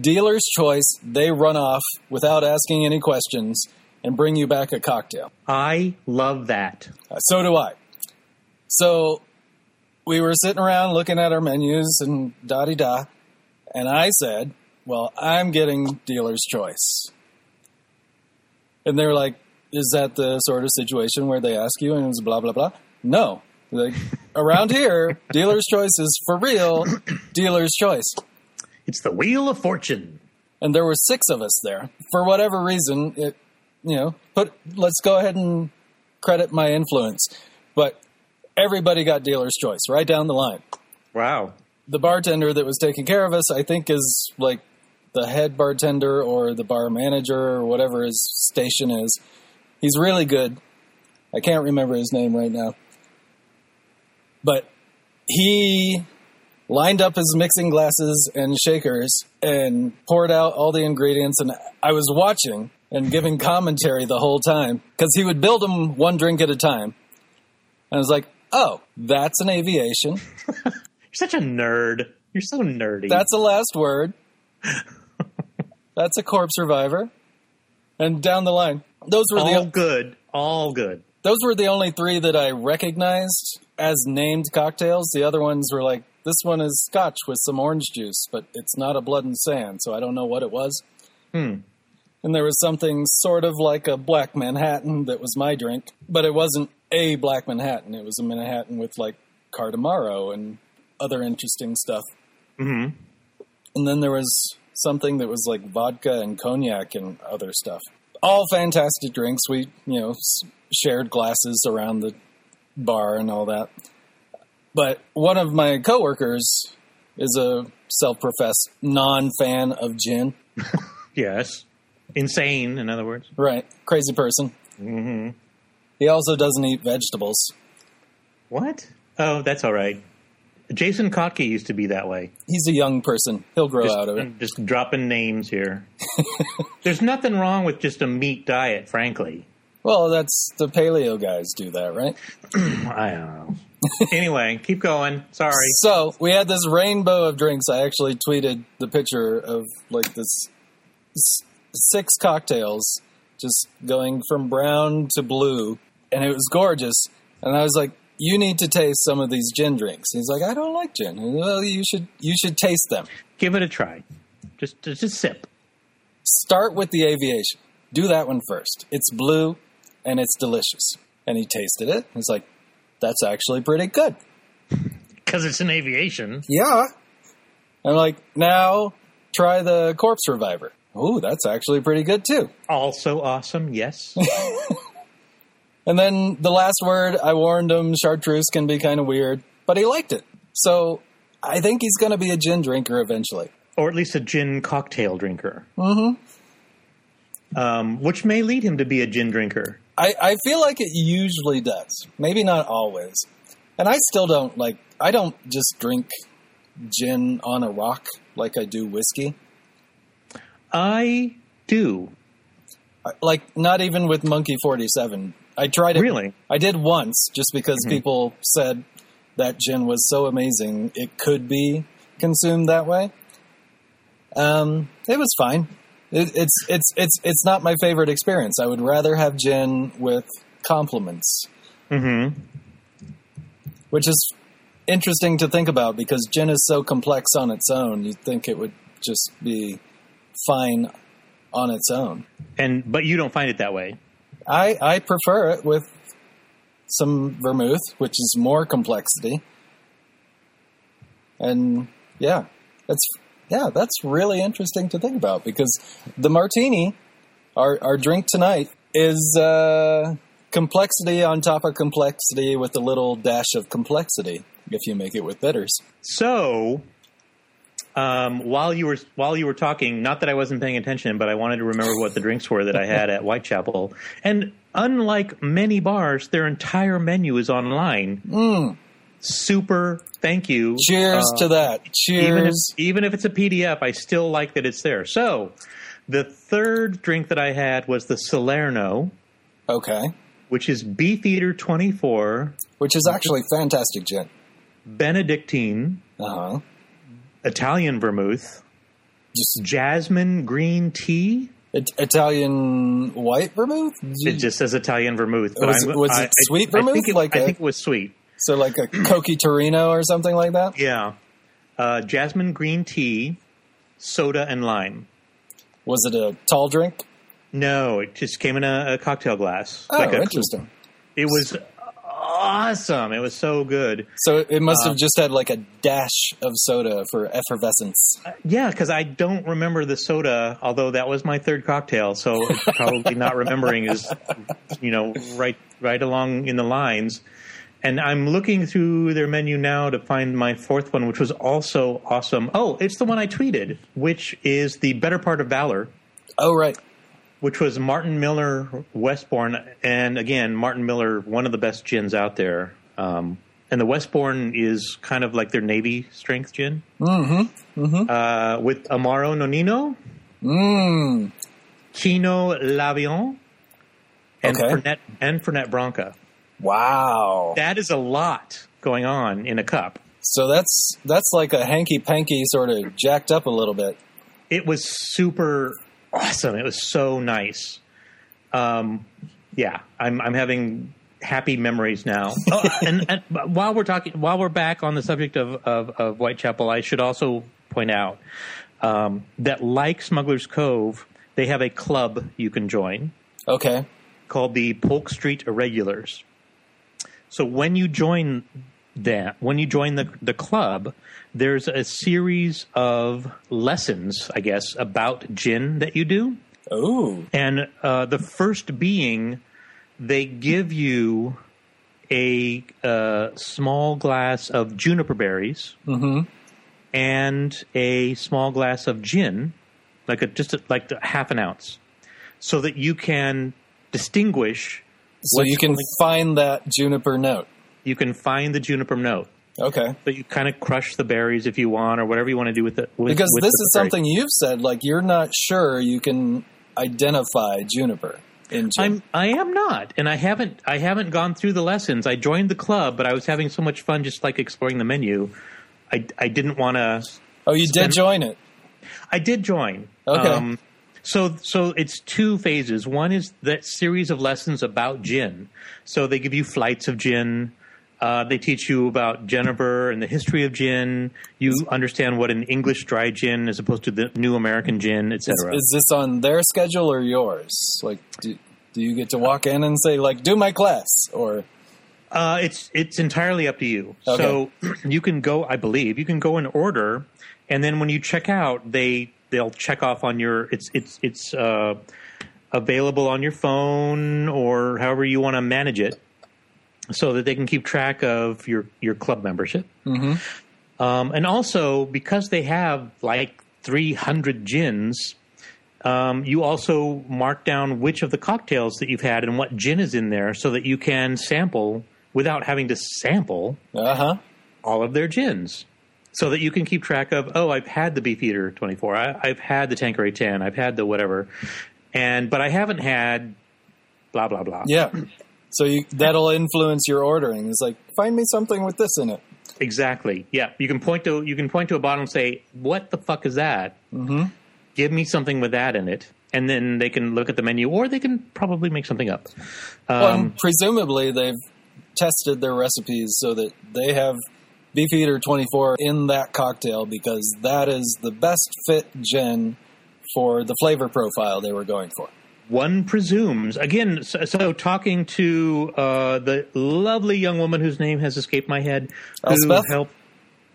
dealer's choice, they run off without asking any questions and bring you back a cocktail. I love that. Uh, So do I. So we were sitting around looking at our menus and da di da, and I said, well, I'm getting dealer's choice. And they're like, is that the sort of situation where they ask you and it's blah, blah, blah? No. Like, around here, dealer's choice is for real dealer's choice. It's the Wheel of Fortune. And there were six of us there. For whatever reason, it, you know, put, let's go ahead and credit my influence. But everybody got dealer's choice right down the line. Wow. the bartender that was taking care of us, I think, is like the head bartender or the bar manager or whatever his station is. He's really good. I can't remember his name right now. But he lined up his mixing glasses and shakers and poured out all the ingredients. And I was watching and giving <laughs> commentary the whole time because he would build them one drink at a time. And I was like, oh, that's an aviation. You're such a nerd. You're so nerdy. That's a last word. That's a corpse survivor. And down the line, those were all the good. All good. those were the only three that I recognized as named cocktails. The other ones were like this one is Scotch with some orange juice, but it's not a blood and sand, so I don't know what it was. Hmm. And there was something sort of like a black Manhattan that was my drink, but it wasn't a black Manhattan. It was a Manhattan with like cardamaro and other interesting stuff. hmm And then there was something that was like vodka and cognac and other stuff. All fantastic drinks. We, you know, s- shared glasses around the bar and all that. But one of my coworkers is a self-professed non-fan of gin. Yes. Insane, in other words. Right, crazy person. hmm He also doesn't eat vegetables. What? Oh, that's all right. Jason Kotke used to be that way. He's a young person. He'll grow Just, mm. out of it. I'm just dropping names here. <laughs> There's nothing wrong with just a meat diet, frankly. Well, that's the paleo guys do that, right? I don't know. anyway, keep going. Sorry. So we had this rainbow of drinks. I actually tweeted the picture of like this s- six cocktails just going from brown to blue, and it was gorgeous. And I was like, "You need to taste some of these gin drinks." And he's like, "I don't like gin." And, well, you should you should taste them. Give it a try. Just, just a sip. Start with the aviation. Do that one first. It's blue, and it's delicious. And he tasted it. He's like, "That's actually pretty good." Because it's an aviation. Yeah. I'm like, now try the corpse reviver. Ooh, that's actually pretty good too. Also awesome, yes. And then the last word, I warned him chartreuse can be kind of weird, but he liked it. So I think he's going to be a gin drinker eventually. or at least a gin cocktail drinker. Mm-hmm. Um, which may lead him to be a gin drinker. I, I feel like it usually does. Maybe not always. And I still don't like, I don't just drink gin on a rock like I do whiskey. I do. I- Like, not even with Monkey 47. I tried it Really? Mm-hmm. I did once just because people said that gin was so amazing it could be consumed that way. Um, it was fine. It, it's it's it's it's not my favorite experience. I would rather have gin with compliments, Mm-hmm. which is interesting to think about because gin is so complex on its own. You'd think it would just be fine on its own. And but you don't find it that way. I, I prefer it with some vermouth, which is more complexity. And yeah, that's yeah, that's really interesting to think about because the martini, our our drink tonight, is uh, complexity on top of complexity with a little dash of complexity if you make it with bitters. So um, while you were while you were talking, not that I wasn't paying attention, but I wanted to remember what the drinks were that I had at Whitechapel. And unlike many bars, their entire menu is online. Super. Thank you. Um, Cheers to that. Uh, even if, Cheers. even if it's a PDF, I still like that it's there. So, the third drink that I had was the Salerno, okay. which is Beef Eater 24, Which is actually fantastic gin. Benedictine, Uh huh. Italian vermouth, Just jasmine green tea. It- Italian white vermouth? It just says Italian vermouth. Mm. Was- was it sweet vermouth? I think it, Like I a- think it was sweet. so <clears throat> like a Cokie Torino or something like that? Yeah. Uh, jasmine green tea, soda and lime. Was it a tall drink? No, it just came in a, a cocktail glass. Oh, Like a- interesting. it was awesome. It was so good. So it must Uh, have just had like a dash of soda for effervescence. Yeah, because I don't remember the soda, although that was my third cocktail, so probably not remembering is, you know, right right along in the lines. And I'm looking through their menu now to find my fourth one, which was also awesome. Oh, it's the one I tweeted, which is the better part of valor, Oh, right. which was Martin Miller Westbourne, and again Martin Miller, one of the best gins out there. Um, and the Westbourne is kind of like their Navy strength gin uh, with Amaro Nonino, Mmm. Chino Lavion, and Okay. Fernet and Fernet Branca. Wow. That is a lot going on in a cup. So that's that's like a hanky panky sort of jacked up a little bit. It was super awesome. It was so nice. Um, yeah, I'm I'm having happy memories now. <laughs> Oh, and, and while we're talking, while we're back on the subject of of, of Whitechapel, I should also point out um, that like Smuggler's Cove, they have a club you can join. Okay. called the Polk Street Irregulars. So when you join that, when you join the the club, there's a series of lessons, I guess, about gin that you do, Ooh. and uh, the first being they give you a uh, small glass of juniper berries and a small glass of gin, like a just a, like a half an ounce, so that you can distinguish So you can find that juniper note. you can find the juniper note. Okay. So you kind of crush the berries if you want, or whatever you want to do with it. With, Because with this the is berry. something you've said, like you're not sure you can identify juniper in gin. I'm I am not, and I haven't I haven't gone through the lessons. I joined the club, but I was having so much fun just like exploring the menu. I I didn't want to. oh, you did join it. I did join. Um, Okay. so so it's two phases. One is that series of lessons about gin. So they give you flights of gin. Uh, they teach you about Jennifer and the history of gin. You understand what an English dry gin as opposed to the new American gin, Is, etc. is this on their schedule or yours? Like, do, do you get to walk in and say, like, do my class? Or, Uh, it's it's entirely up to you. Okay. So <clears throat> you can go, I believe, you can go in order, and then when you check out, they they'll check off on your it's it's it's uh, available on your phone or however you want to manage it, so that they can keep track of your your club membership. Um, and also because they have like three hundred gins. Um, you also mark down which of the cocktails that you've had and what gin is in there so that you can sample without having to sample uh huh. all of their gins so that you can keep track of oh i've had the beefeater 24 I, i've had the tanqueray 10 i've had the whatever and but i haven't had blah blah blah Yeah. <clears throat> So you, that'll influence your ordering. It's like, find me something with this in it. exactly yeah you can point to you can point to a bottle and say what the fuck is that mm-hmm. give me something with that in it and then they can look at the menu or they can probably make something up Well, and presumably they've tested their recipes so that they have Beefeater 24 in that cocktail because that is the best fit gin for the flavor profile they were going for. one presumes again so, so talking to uh, the lovely young woman whose name has escaped my head who Elspeth? helped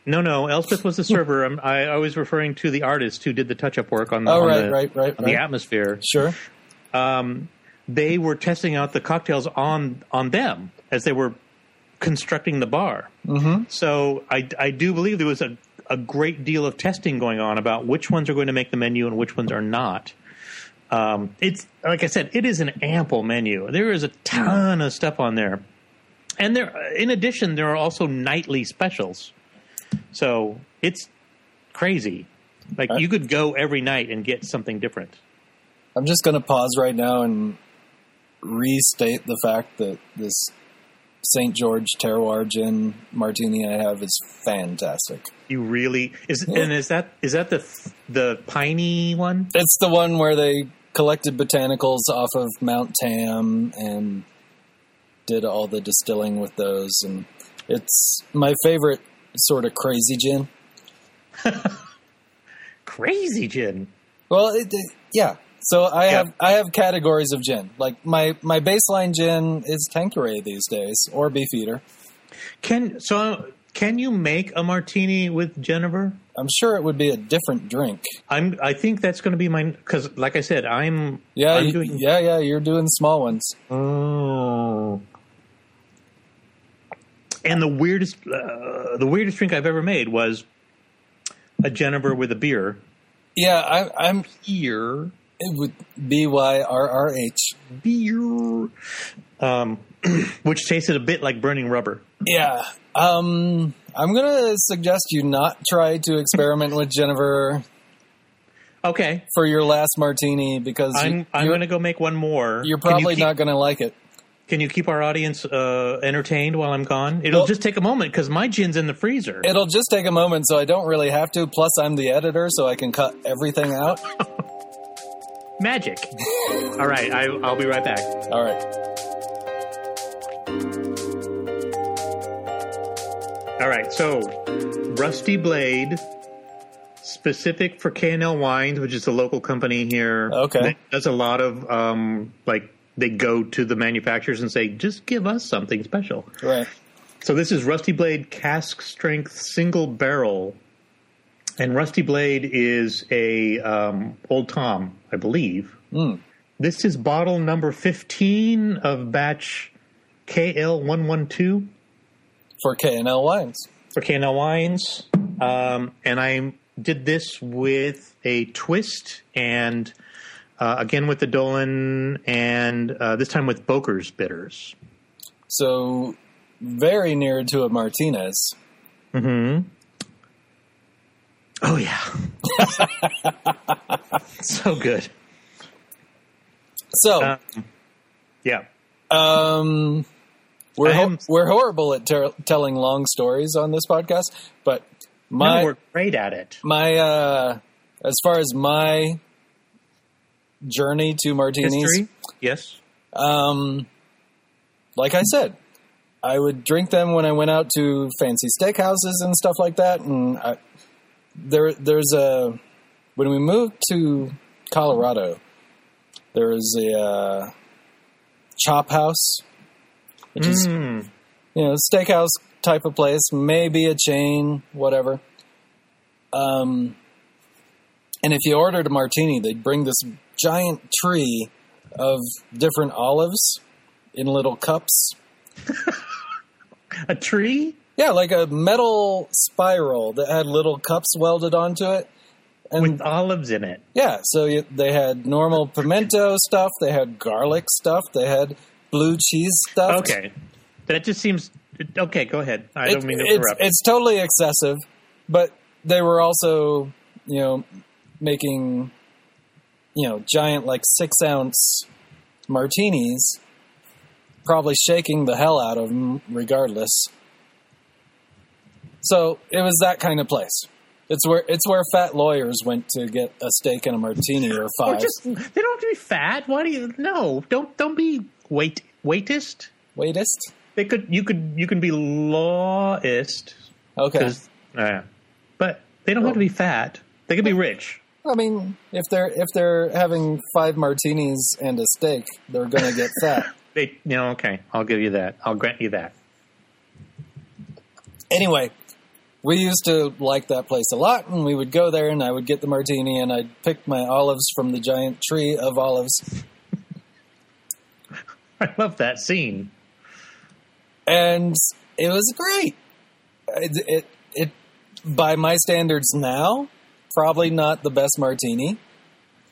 no no elspeth <laughs> was the server I'm, I, I was referring to the artist who did the touch-up work on the, Oh, on right, the- right, right, on right. the atmosphere Sure. they were testing out the cocktails on on them as they were constructing the bar. Mm-hmm. So I, I do believe there was a, a great deal of testing going on about which ones are going to make the menu and which ones are not. Um, it's like I said, it is an ample menu. There is a ton of stuff on there, and there in addition there are also nightly specials. So it's crazy. Like you could go every night and get something different. I'm just going to pause right now and restate the fact that this St. George terroir gin martini I have is fantastic. You really is, and is that is that the the piney one? It's the one where they collected botanicals off of Mount Tam and did all the distilling with those, and it's my favorite sort of crazy gin. crazy gin. Well, it, it- yeah. So I Yeah. have I have categories of gin. Like my my baseline gin is Tanqueray these days or Beefeater. Can so can you make a martini with Jennifer? I'm sure it would be a different drink. I'm. I think that's going to be mine because, like I said, I'm. Yeah, I'm you- doing. yeah, yeah. You're doing small ones. Oh. And the weirdest, uh, the weirdest drink I've ever made was a Jennifer with a beer. Yeah, I, I'm. Beer, It would B Y R R H. beer, um, <clears throat> which tasted a bit like burning rubber. Yeah. Um, I'm gonna suggest you not try to experiment with Jennifer Okay, for your last martini because you- I'm. I'm you're, going to go make one more. you're Can you probably keep- not gonna like it. Can you keep our audience uh, entertained while I'm gone? It'll Well- just take a moment because my gin's in the freezer. It'll just take a moment, so I don't really have to. Plus, I'm the editor, so I can cut everything out. Magic. All right, I, I'll be right back. All right. All right, so Rusty Blade, specific for KNL Wines, which is a local company here. Okay. That does a lot of um, like they go to the manufacturers and say, just give us something special. Right. So this is Rusty Blade cask strength single barrel, and Rusty Blade is a um, Old Tom, I believe. This is bottle number fifteen of batch KL one one two For K and L wines. for KNL Wines, um, and I did this with a twist and uh, again with the Dolan, and uh, this time with Boker's bitters. So very near to a Martinez. Oh yeah, <laughs> so good. So Um, yeah, um, we're I ho- am- we're horrible at ter- telling long stories on this podcast, but my, my we're great at it. my uh, as far as my journey to martinis, History, yes. um, like I said, I would drink them when I went out to fancy steakhouses and stuff like that. And I, there, there's a when we moved to Colorado, there was a uh, chop house, which is Mm, you know steakhouse type of place, maybe a chain, whatever. Um, and if you ordered a martini, they'd bring this giant tree of different olives in little cups. a tree. Yeah, like a metal spiral that had little cups welded onto it. And With olives in it. yeah, so you, they had normal pimento stuff, they had garlic stuff, they had blue cheese stuff. Okay, that just seems okay. Go ahead. I It- don't mean to it's, interrupt. it's totally excessive, but they were also, you know, making, you know, giant like six ounce martinis, probably shaking the hell out of them regardless. So it was that kind of place. It's where it's where fat lawyers went to get a steak and a martini or Or five. just they don't have to be fat. Why do you? No, don't don't be wait waitist. Waitist. They could you could you can be lawist Okay. 'cause- yeah. but they don't have to be fat. They could be rich. I mean, if they're if they're having five martinis and a steak, they're gonna get <laughs> fat. They you know okay. I'll give you that. I'll grant you that. <laughs> anyway, we used to like that place a lot, and we would go there, and I would get the martini, and I'd pick my olives from the giant tree of olives, I love that scene. and it was great. It, it, it by my standards now, probably not the best martini,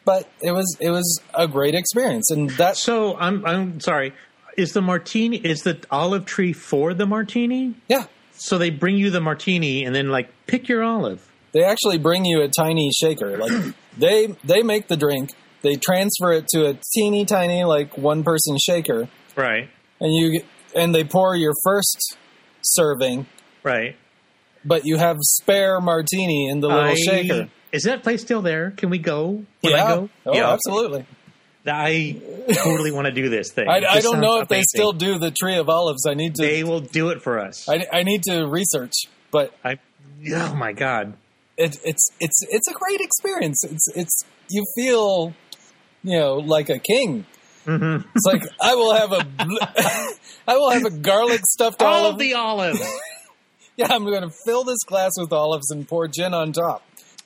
but it was it was a great experience, and that's So I'm I'm sorry. Is the martini is the olive tree for the martini? yeah. So they bring you the martini and then like pick your olive. They actually bring you a tiny shaker, like <clears throat> they they make the drink, they transfer it to a teeny tiny like one person shaker. Right. and you and they pour your first serving, Right. but you have spare martini in the little I- shaker. Is that place still there? Can we go? When yeah, I go? oh, yeah. absolutely. I totally want to do this thing. <laughs> I, It I just don't sounds know if they amazing. still do the tree of olives. I need to. They will do it for us. I, I need to research, but I, oh my god! it, it's it's it's a great experience. It's it's you feel you know like a king. Mhm. It's like I will have a bl- <laughs> I will have a garlic stuffed All olive. of the <laughs> olives. yeah, I'm going to fill this glass with olives and pour gin on top.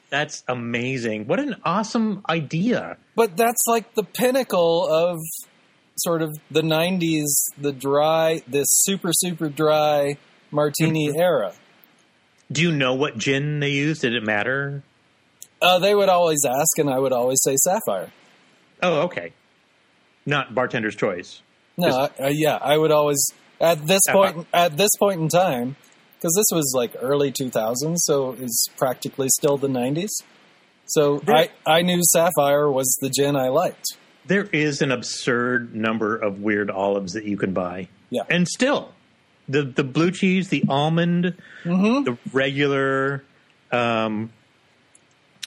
That's amazing. What an awesome idea. But that's like the pinnacle of sort of the 90s, the dry, this super, super dry martini Mm-hmm. era. Do you know what gin they used? Did it matter? Uh, they would always ask, and I would always say sapphire. Oh, okay. Not bartender's choice. No, I- uh, yeah, I would always at this Sapphire. point at this point in time because this was like early 2000s, so it's practically still the 90s. So I, I knew sapphire was the gin I liked. There is an absurd number of weird olives that you can buy. Yeah. And still, the the blue cheese, the almond, Mm-hmm. the regular um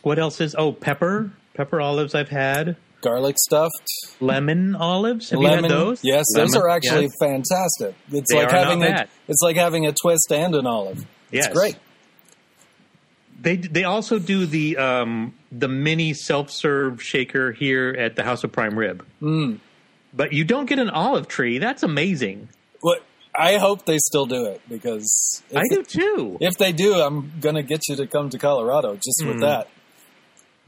what else is oh, pepper. Pepper olives I've had. Garlic stuffed, Lemon olives. Have lemon. you had those? Yes, those Lemon, are actually yes. fantastic. It's They like are not having a, bad. it's like having a twist and an olive. It's Yes. great. They they also do the um, the mini self serve shaker here at the House of Prime Rib. Mm. But you don't get an olive tree. That's amazing. What I hope they still do it because if, I do too. if they do, I'm gonna get you to come to Colorado just with that.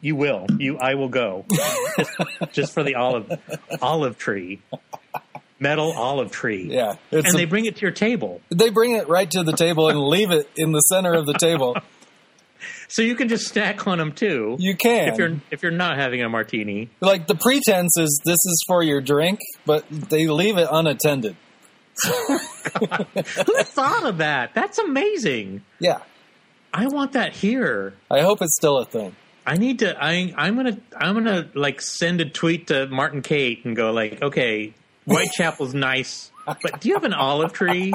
You will. You I will go <laughs> just for the olive olive tree, metal olive tree. Yeah, it's and a- they bring it to your table, They bring it right to the table and leave it in the center of the <laughs> table. so you can just snack on them too. You can. if you're if you're not having a martini. like the pretense is this is for your drink, but they leave it unattended. Who thought of that? That's amazing. Yeah. I want that here. I hope it's still a thing. I need to. I I'm gonna I'm gonna like send a tweet to Martin Kate and go like, okay, Whitechapel's nice, but do you have an olive tree?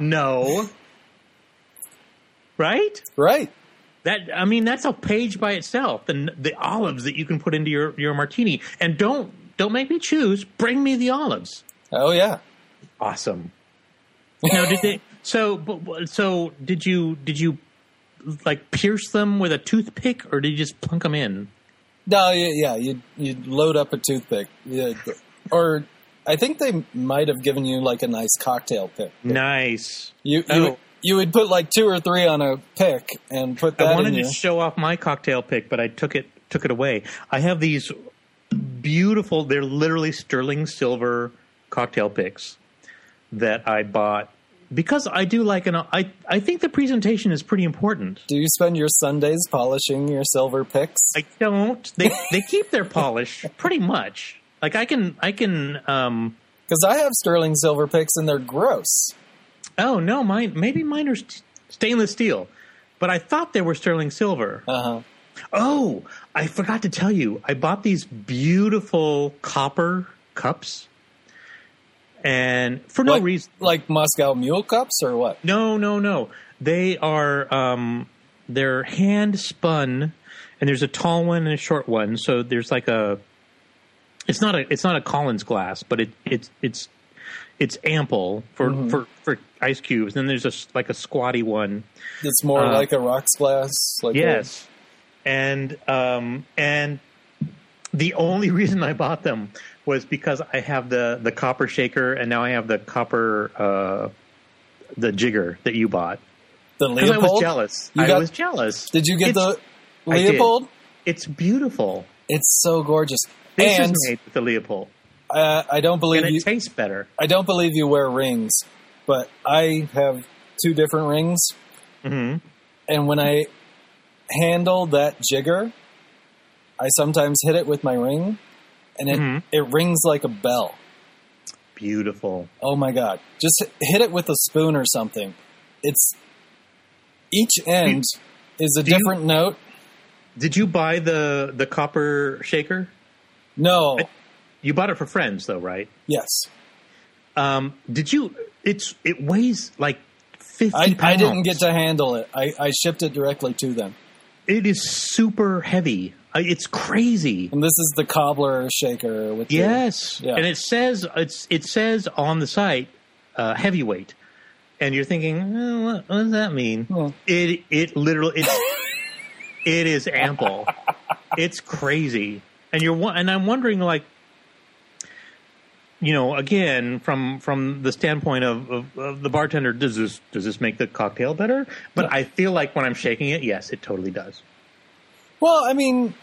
No. Right? Right. That I mean, that's a page by itself. The the olives that you can put into your your martini, and don't don't make me choose. Bring me the olives. Oh yeah. Awesome. Now, did they? So, but, but- so did you? Did you like pierce them with a toothpick, or did you just plunk them in? No, y- yeah, you you load up a toothpick. Yeah. Or I think they might have given you like a nice cocktail pick. Nice. You you Oh. you would put like two or three on a pick and put I that wanted in to you. show off my cocktail pick, but I took it took it away. I have these beautiful. They're literally sterling silver cocktail picks that I bought because I do like an. I I think the presentation is pretty important. Do you spend your Sundays polishing your silver picks? I don't. <laughs> They they keep their polish pretty much. Like I can I can. um Because I have sterling silver picks and they're gross. Oh no, mine maybe mine are st- stainless steel, but I thought they were sterling silver. Uh huh. Oh, I forgot to tell you. I bought these beautiful copper cups. And for no like, reason. Like Moscow Mule cups or what? No, no, no. They are um they're hand spun and there's a tall one and a short one. So there's like a it's not a it's not a Collins glass, but it it's it's it's ample for for for ice cubes. And then there's a s- like a squatty one It's more Uh, like a rocks glass. Like a- Yes, and um, and the only <laughs> reason I bought them was because I have the the copper shaker, and now I have the copper uh, the jigger that you bought. the Because I Leopold. was jealous. You I got- was jealous. Did you get It's- the I did. Leopold? It's beautiful. It's so gorgeous. This and is made with the Leopold, uh, I don't believe and you. it tastes better. I don't believe you wear rings, but I have two different rings, hmm Mm-hmm. and when I handle that jigger, I sometimes hit it with my ring, and it Mhm. it rings like a bell. Beautiful. Oh my god! Just hit it with a spoon or something. It's each end is a do you- different note. Did you buy the the copper shaker? No. You bought it for friends, though, right? Yes. Um, did you? It's it weighs like fifty I, pounds. I didn't get to handle it. I, I shipped it directly to them. It is super heavy. I- It's crazy. And this is the cobbler shaker with the- Yes, Yeah. and it says it's it says on the site uh, heavyweight, "Uh, and you're thinking, "Eh, what, what does that mean? Hmm. It it literally it's <laughs> It is ample. it's crazy, and you're wa- and I'm wondering like, you know, again from from the standpoint of, of, of the bartender, does this does this make the cocktail better? But I feel like when I'm shaking it, yes, it totally does. Well, I mean,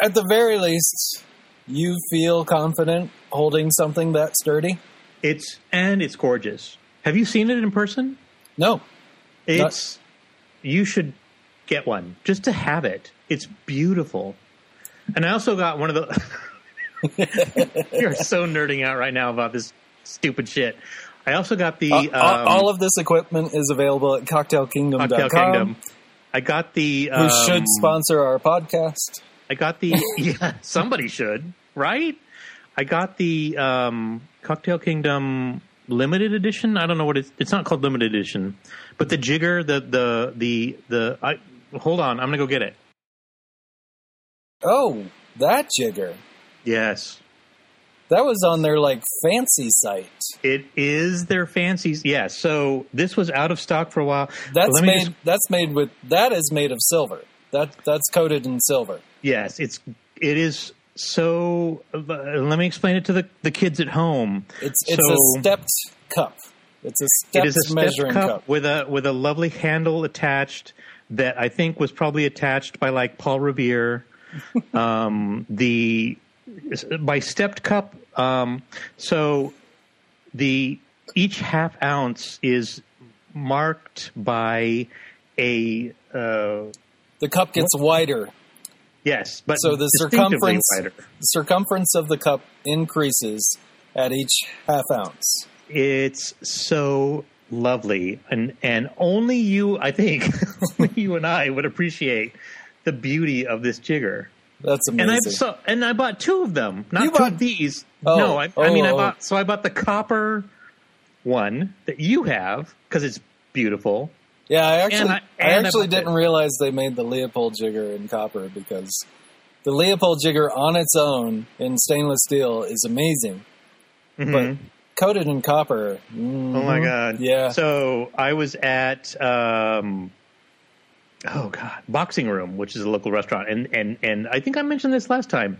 at the very least, you feel confident holding something that sturdy. It's and it's gorgeous. Have you seen it in person? No, It's you should get one just to have it. It's beautiful. And I also got one of the <laughs> You're so nerding out right now about this stupid shit. I also got the all, Uh, all- um, all of this equipment is available at CocktailKingdom.com. Cocktail Kingdom. I got the Who um, should sponsor our podcast? I got <laughs> the yeah, somebody should, right? I got the um, Cocktail Kingdom limited edition. I don't know what it's it's not called limited edition, but the jigger, the the the the I hold on, I'm going to go get it. Oh, that jigger. Yes. That was on their like fancy site. It is their fancies. Yeah, so this was out of stock for a while. That's Let me made. just- that's made with. That is made of silver. That that's coated in silver. yes, it's it is so uh, let me explain it to the the kids at home. It's it's So- a stepped cup. It's a It stepped is a stepped measuring cup, cup. with a with a lovely handle attached that I think was probably attached by like Paul <laughs> Revere. um, the by stepped cup. Um, so the each half ounce is marked by a uh, The cup gets wider. yes, but So the distinctively circumference- wider. The circumference of the cup increases at each half ounce. It's so lovely, and and only you, I think, <laughs> only you and I would appreciate the beauty of this jigger. That's And amazing. I so and I bought two of them, not You two bought- of these. Oh, no, I, I oh, mean I oh. bought so I bought the copper one that you have because it's beautiful. yeah, I actually, and I, I- and I actually bought didn't it. realize they made the Leopold jigger in copper because the Leopold jigger on its own in stainless steel is amazing, Mhm. but coated in copper. mhm. Oh my god! Yeah. So I was at um, oh god, Boxing Room, which is a local restaurant, and and and I think I mentioned this last time.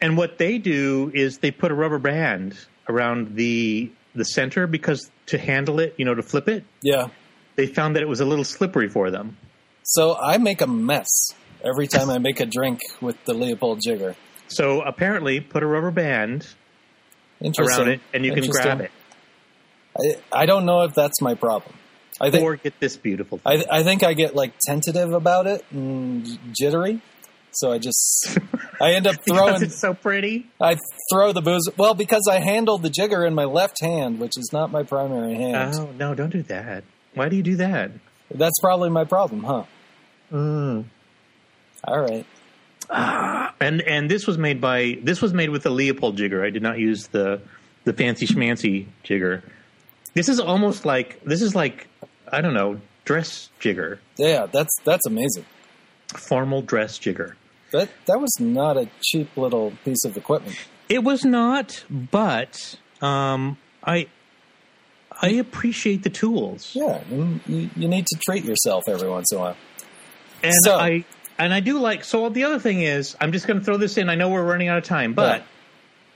And what they do is they put a rubber band around the the center because to handle it, you know, to flip it, yeah. they found that it was a little slippery for them. So I make a mess every time I make a drink with the Leopold jigger. So apparently, put a rubber band Interesting. around it, and you can grab it it. I, I don't know if that's my problem. I think or get this beautiful. Thing. I, I think I get like tentative about it and jittery. So I just I end up <laughs> because throwing it's so pretty. I throw the booze well because I handled the jigger in my left hand, which is not my primary hand. Oh no! Don't do that. Why do you do that? That's probably my problem, huh? Mm. All right. and and this was made by this was made with the Leopold jigger. I did not use the the fancy schmancy jigger. This is almost like this is like I don't know dress jigger, Yeah, that's that's amazing. formal dress jigger. That that was not a cheap little piece of equipment. It was not, but um, I I appreciate the tools, Yeah, you, you you need to treat yourself every once in a while. and So- I and I do like. So the other thing is, I'm just going to throw this in. I know we're running out of time, but.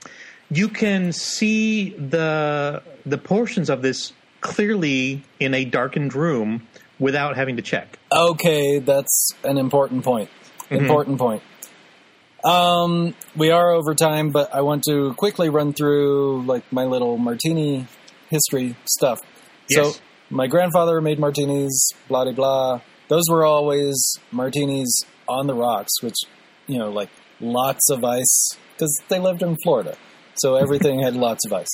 Yeah. you can see the the portions of this clearly in a darkened room without having to check. Okay, that's an important point. Important point. Um, we are over time, but I want to quickly run through like my little martini history stuff. Yes. So my grandfather made martinis, blah de blah. Those were always martinis on the rocks, which you know, like lots of ice, because they lived in Florida, so everything had lots of ice.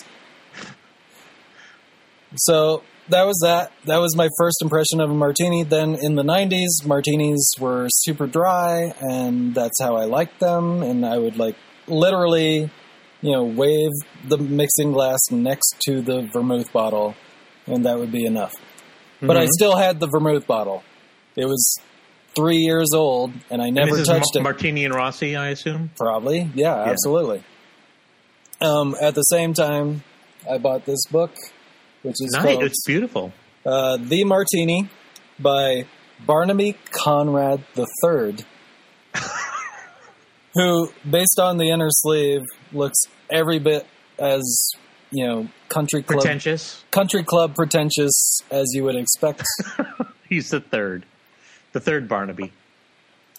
So that was that. That was my first impression of a martini. Then in the 90s, martinis were super dry, and that's how I liked them. And I would like literally, you know, wave the mixing glass next to the vermouth bottle, and that would be enough. But Mm-hmm. I still had the vermouth bottle. It was three years old, and I And never this is touched Ma- it. Martini and Rossi, I assume. Probably. Yeah, absolutely. Um, at the same time, I bought this book, which is Nice. called It's beautiful. <laughs> uh, The Martini by Barnaby Conrad III, who, based on the inner sleeve, looks every bit as you know country club Pretentious. country club pretentious as you <laughs> would expect. He's the third, the third Barnaby.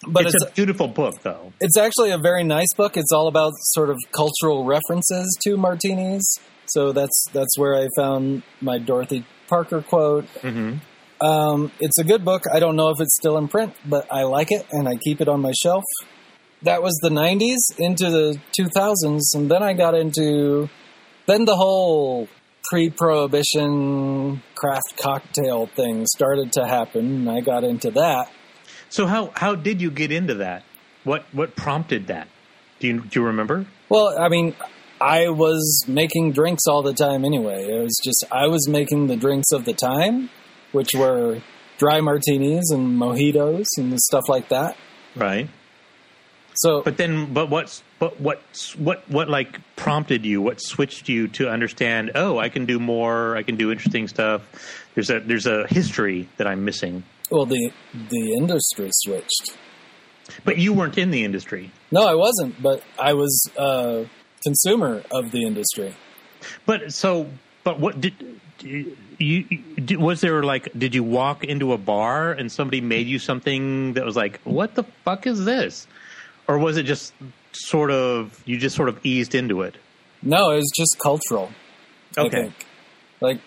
But it's, it's a beautiful book, though. it's actually a very nice book. It's all about sort of cultural references to martinis. So that's that's where I found my Dorothy Parker quote. Mm-hmm. Um, it's a good book. I don't know if it's still in print, but I like it and I keep it on my shelf. That was the 90s into the 2000s, and then I got into then the whole pre-prohibition craft cocktail thing started to happen, and I got into that. So how how did you get into that? What what prompted that? Do you do you remember? Well, I mean, I was making drinks all the time anyway. It was just I was making the drinks of the time, which were dry martinis and mojitos and stuff like that. Right. So But then, but what's but what's what what like prompted you? What switched you to understand? Oh, I can do more. I can do interesting stuff. There's a there's a history that I'm missing. Well, the the industry switched. But you weren't in the industry. No, I wasn't, but I was a consumer of the industry. But so, but what did you? you- Was there like? Did you walk into a bar and somebody made you something that was like, "What the fuck is this?" Or was it just sort of you just sort of eased into it? No, it was just cultural. I Okay. think. Like,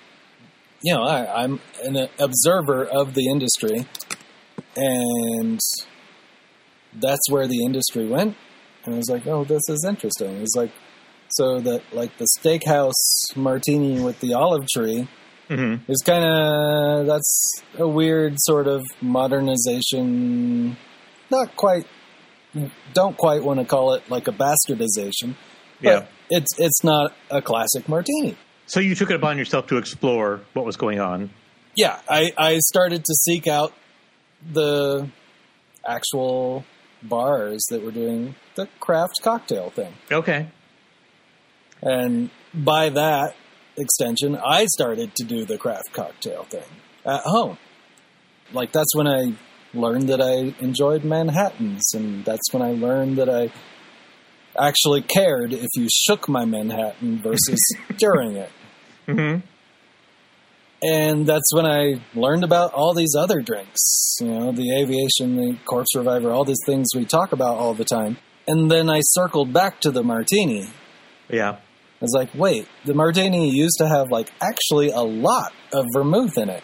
you know, I, I'm an observer of the industry, and that's where the industry went. And I was like, oh, this is interesting. It was like, so that like the steakhouse martini with the olive tree hmm It's kind of that's a weird sort of modernization. Not quite. Don't quite want to call it like a bastardization. but Yeah. it's it's not a classic martini. So you took it upon yourself to explore what was going on. Yeah, I I started to seek out the actual bars that were doing the craft cocktail thing, Okay. and by that extension, I started to do the craft cocktail thing at home. Like that's when I learned that I enjoyed Manhattans, and that's when I learned that I actually cared if you shook my Manhattan versus during it. hmm And that's when I learned about all these other drinks, you know, the aviation, the corpse reviver, all these things we talk about all the time. And then I circled back to the martini Yeah. I was like, wait, the martini used to have like actually a lot of vermouth in it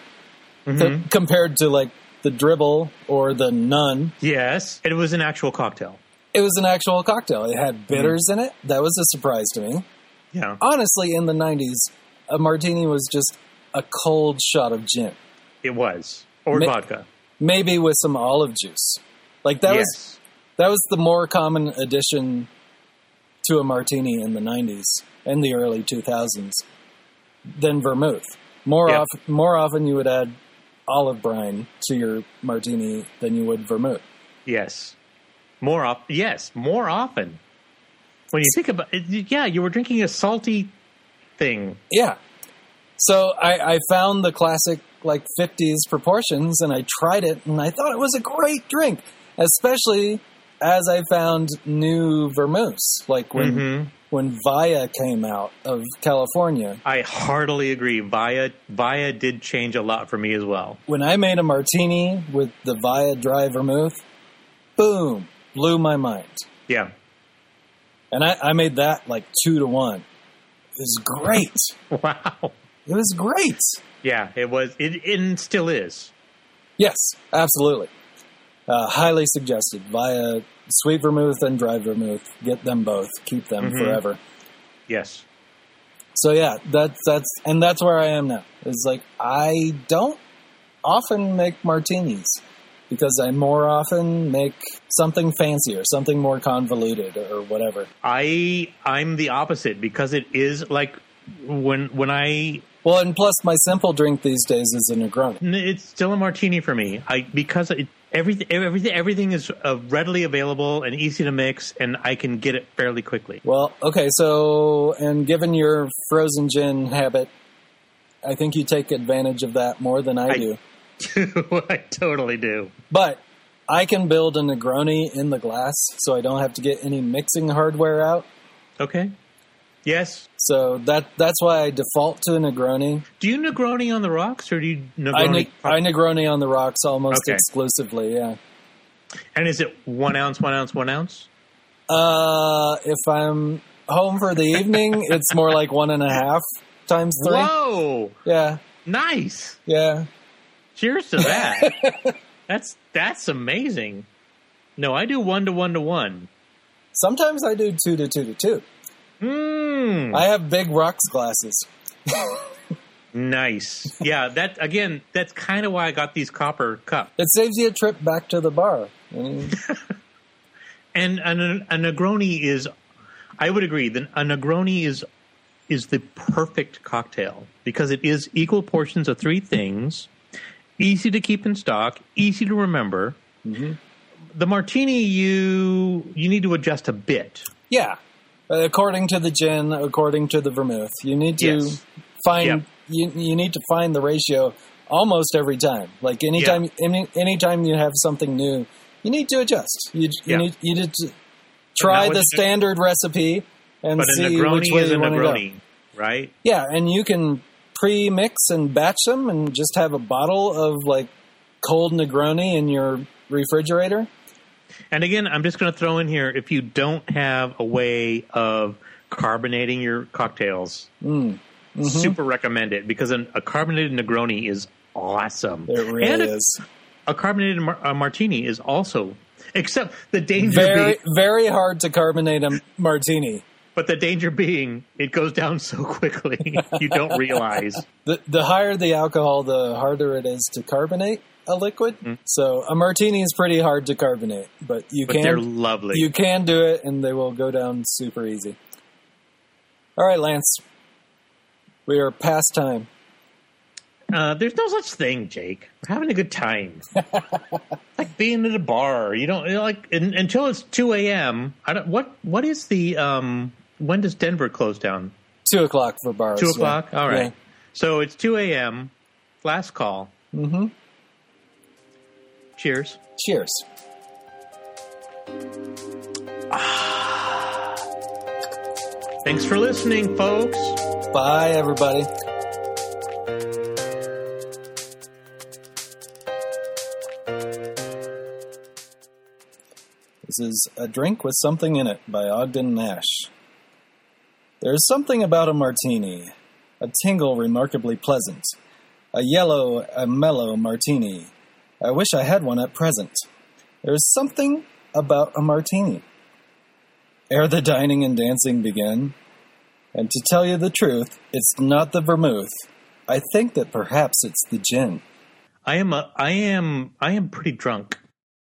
co- Mhm. compared to like the dribble or the nun. Yes, it was an actual cocktail. It was an actual cocktail. It had bitters in it. That was a surprise to me. Yeah. Oh. Honestly, in the 90s, a martini was just a cold shot of gin, It was or Ma- vodka. maybe with some olive juice. Like that yes. was that was the more common addition to a martini in the 90s and the early 2000s than vermouth. More Yeah. often, more often you would add olive brine to your martini than you would vermouth. Yes. More often. Yes, more often. When you think about it, yeah, you were drinking a salty thing. Yeah. So I, I found the classic like 50s proportions and I tried it and I thought it was a great drink, especially as I found new vermouths, like when Mhm. when Via came out of California. I heartily agree. Via Via did change a lot for me as well. when I made a martini with the Via Dry Vermouth, boom, blew my mind. Yeah. <laughs> And I, I made that like two to one. It was great. Wow. It was great. Yeah, it was. It, it still is. Yes, absolutely. Uh, highly suggested. Via Sweet Vermouth and Dry Vermouth. Get them both. Keep them Mhm. forever. Yes. So yeah, that's that's and that's where I am now. It's like I don't often make martinis because I more often make something fancier, something more convoluted or whatever. I I'm the opposite because it is like when when I Well, and plus my simple drink these days is a Negroni. N- It's still a martini for me. I because it, everything everything everything is uh, readily available and easy to mix, and I can get it fairly quickly. Well, okay, so and given your frozen gin habit, I think you take advantage of that more than I, <laughs> I- do. I totally do. But I can build a Negroni in the glass, so I don't have to get any mixing hardware out. Okay. Yes. So that that's why I default to a Negroni. Do you Negroni on the rocks or do you I, Negroni? ne- I Negroni on the rocks almost Okay. exclusively. Yeah. and is it one ounce, one ounce, one ounce? Uh, if I'm home for <laughs> the evening, it's more like one and a half times three. Whoa! Yeah, Nice. yeah. Cheers to that. <laughs> that's that's amazing. No, I do one to one to one. Sometimes I do two to two to two. Mmm. I have big rocks glasses. Nice. Yeah, that again, that's kind of why I got these copper cups. It saves you a trip back to the bar. You know? And a, a Negroni is I would agree that a Negroni is is the perfect cocktail because it is equal portions of three things, easy to keep in stock, easy to remember. Mm-hmm. The martini you you need to adjust a bit. yeah. Uh, According to the gin, according to the vermouth, you need to Yes. find Yep. you, you need to find the ratio almost every time. Like anytime any anytime you have something new, you need to adjust. You you Yeah. need you need to try with the the- standard recipe and But a see which Negroni way is a you want to go. Negroni, right? Yeah, and you can pre-mix and batch them, and just have a bottle of like cold Negroni in your refrigerator. And again, I'm just going to throw in here if you don't have a way of carbonating your cocktails, Mm. Mm-hmm. super recommend it because an, a carbonated Negroni is awesome. It really and a, is a carbonated mar- a martini is also, except the danger very being, very hard to carbonate a martini. but the danger being it goes down so <laughs> quickly you don't realize. The the higher the alcohol, the harder it is to carbonate a liquid. So a martini is pretty hard to carbonate, but you Hmm. But they're can lovely. you can do it, and they will go down super easy. All right, Lance, we are past time. Uh, there's no such thing, Jake. We're having a good <laughs> time. like being at a bar. You don't you know, like un until it's two a.m. I don't. What What is the um? When does Denver close down? Two o'clock for bars. Two yeah. o'clock. All right. Yeah. So it's two a.m. Last call. Mm-hmm. Cheers. Cheers. Thanks for listening, folks. Bye, everybody. This is A Drink with Something in It by Ogden Nash. There's something about a martini, a tingle remarkably pleasant, a yellow, a mellow martini. I wish I had one at present. There's something about a martini. Ere the dining and dancing begin, and to tell you the truth, it's not the vermouth. I think that perhaps it's the gin. I am a. I am. I am pretty drunk.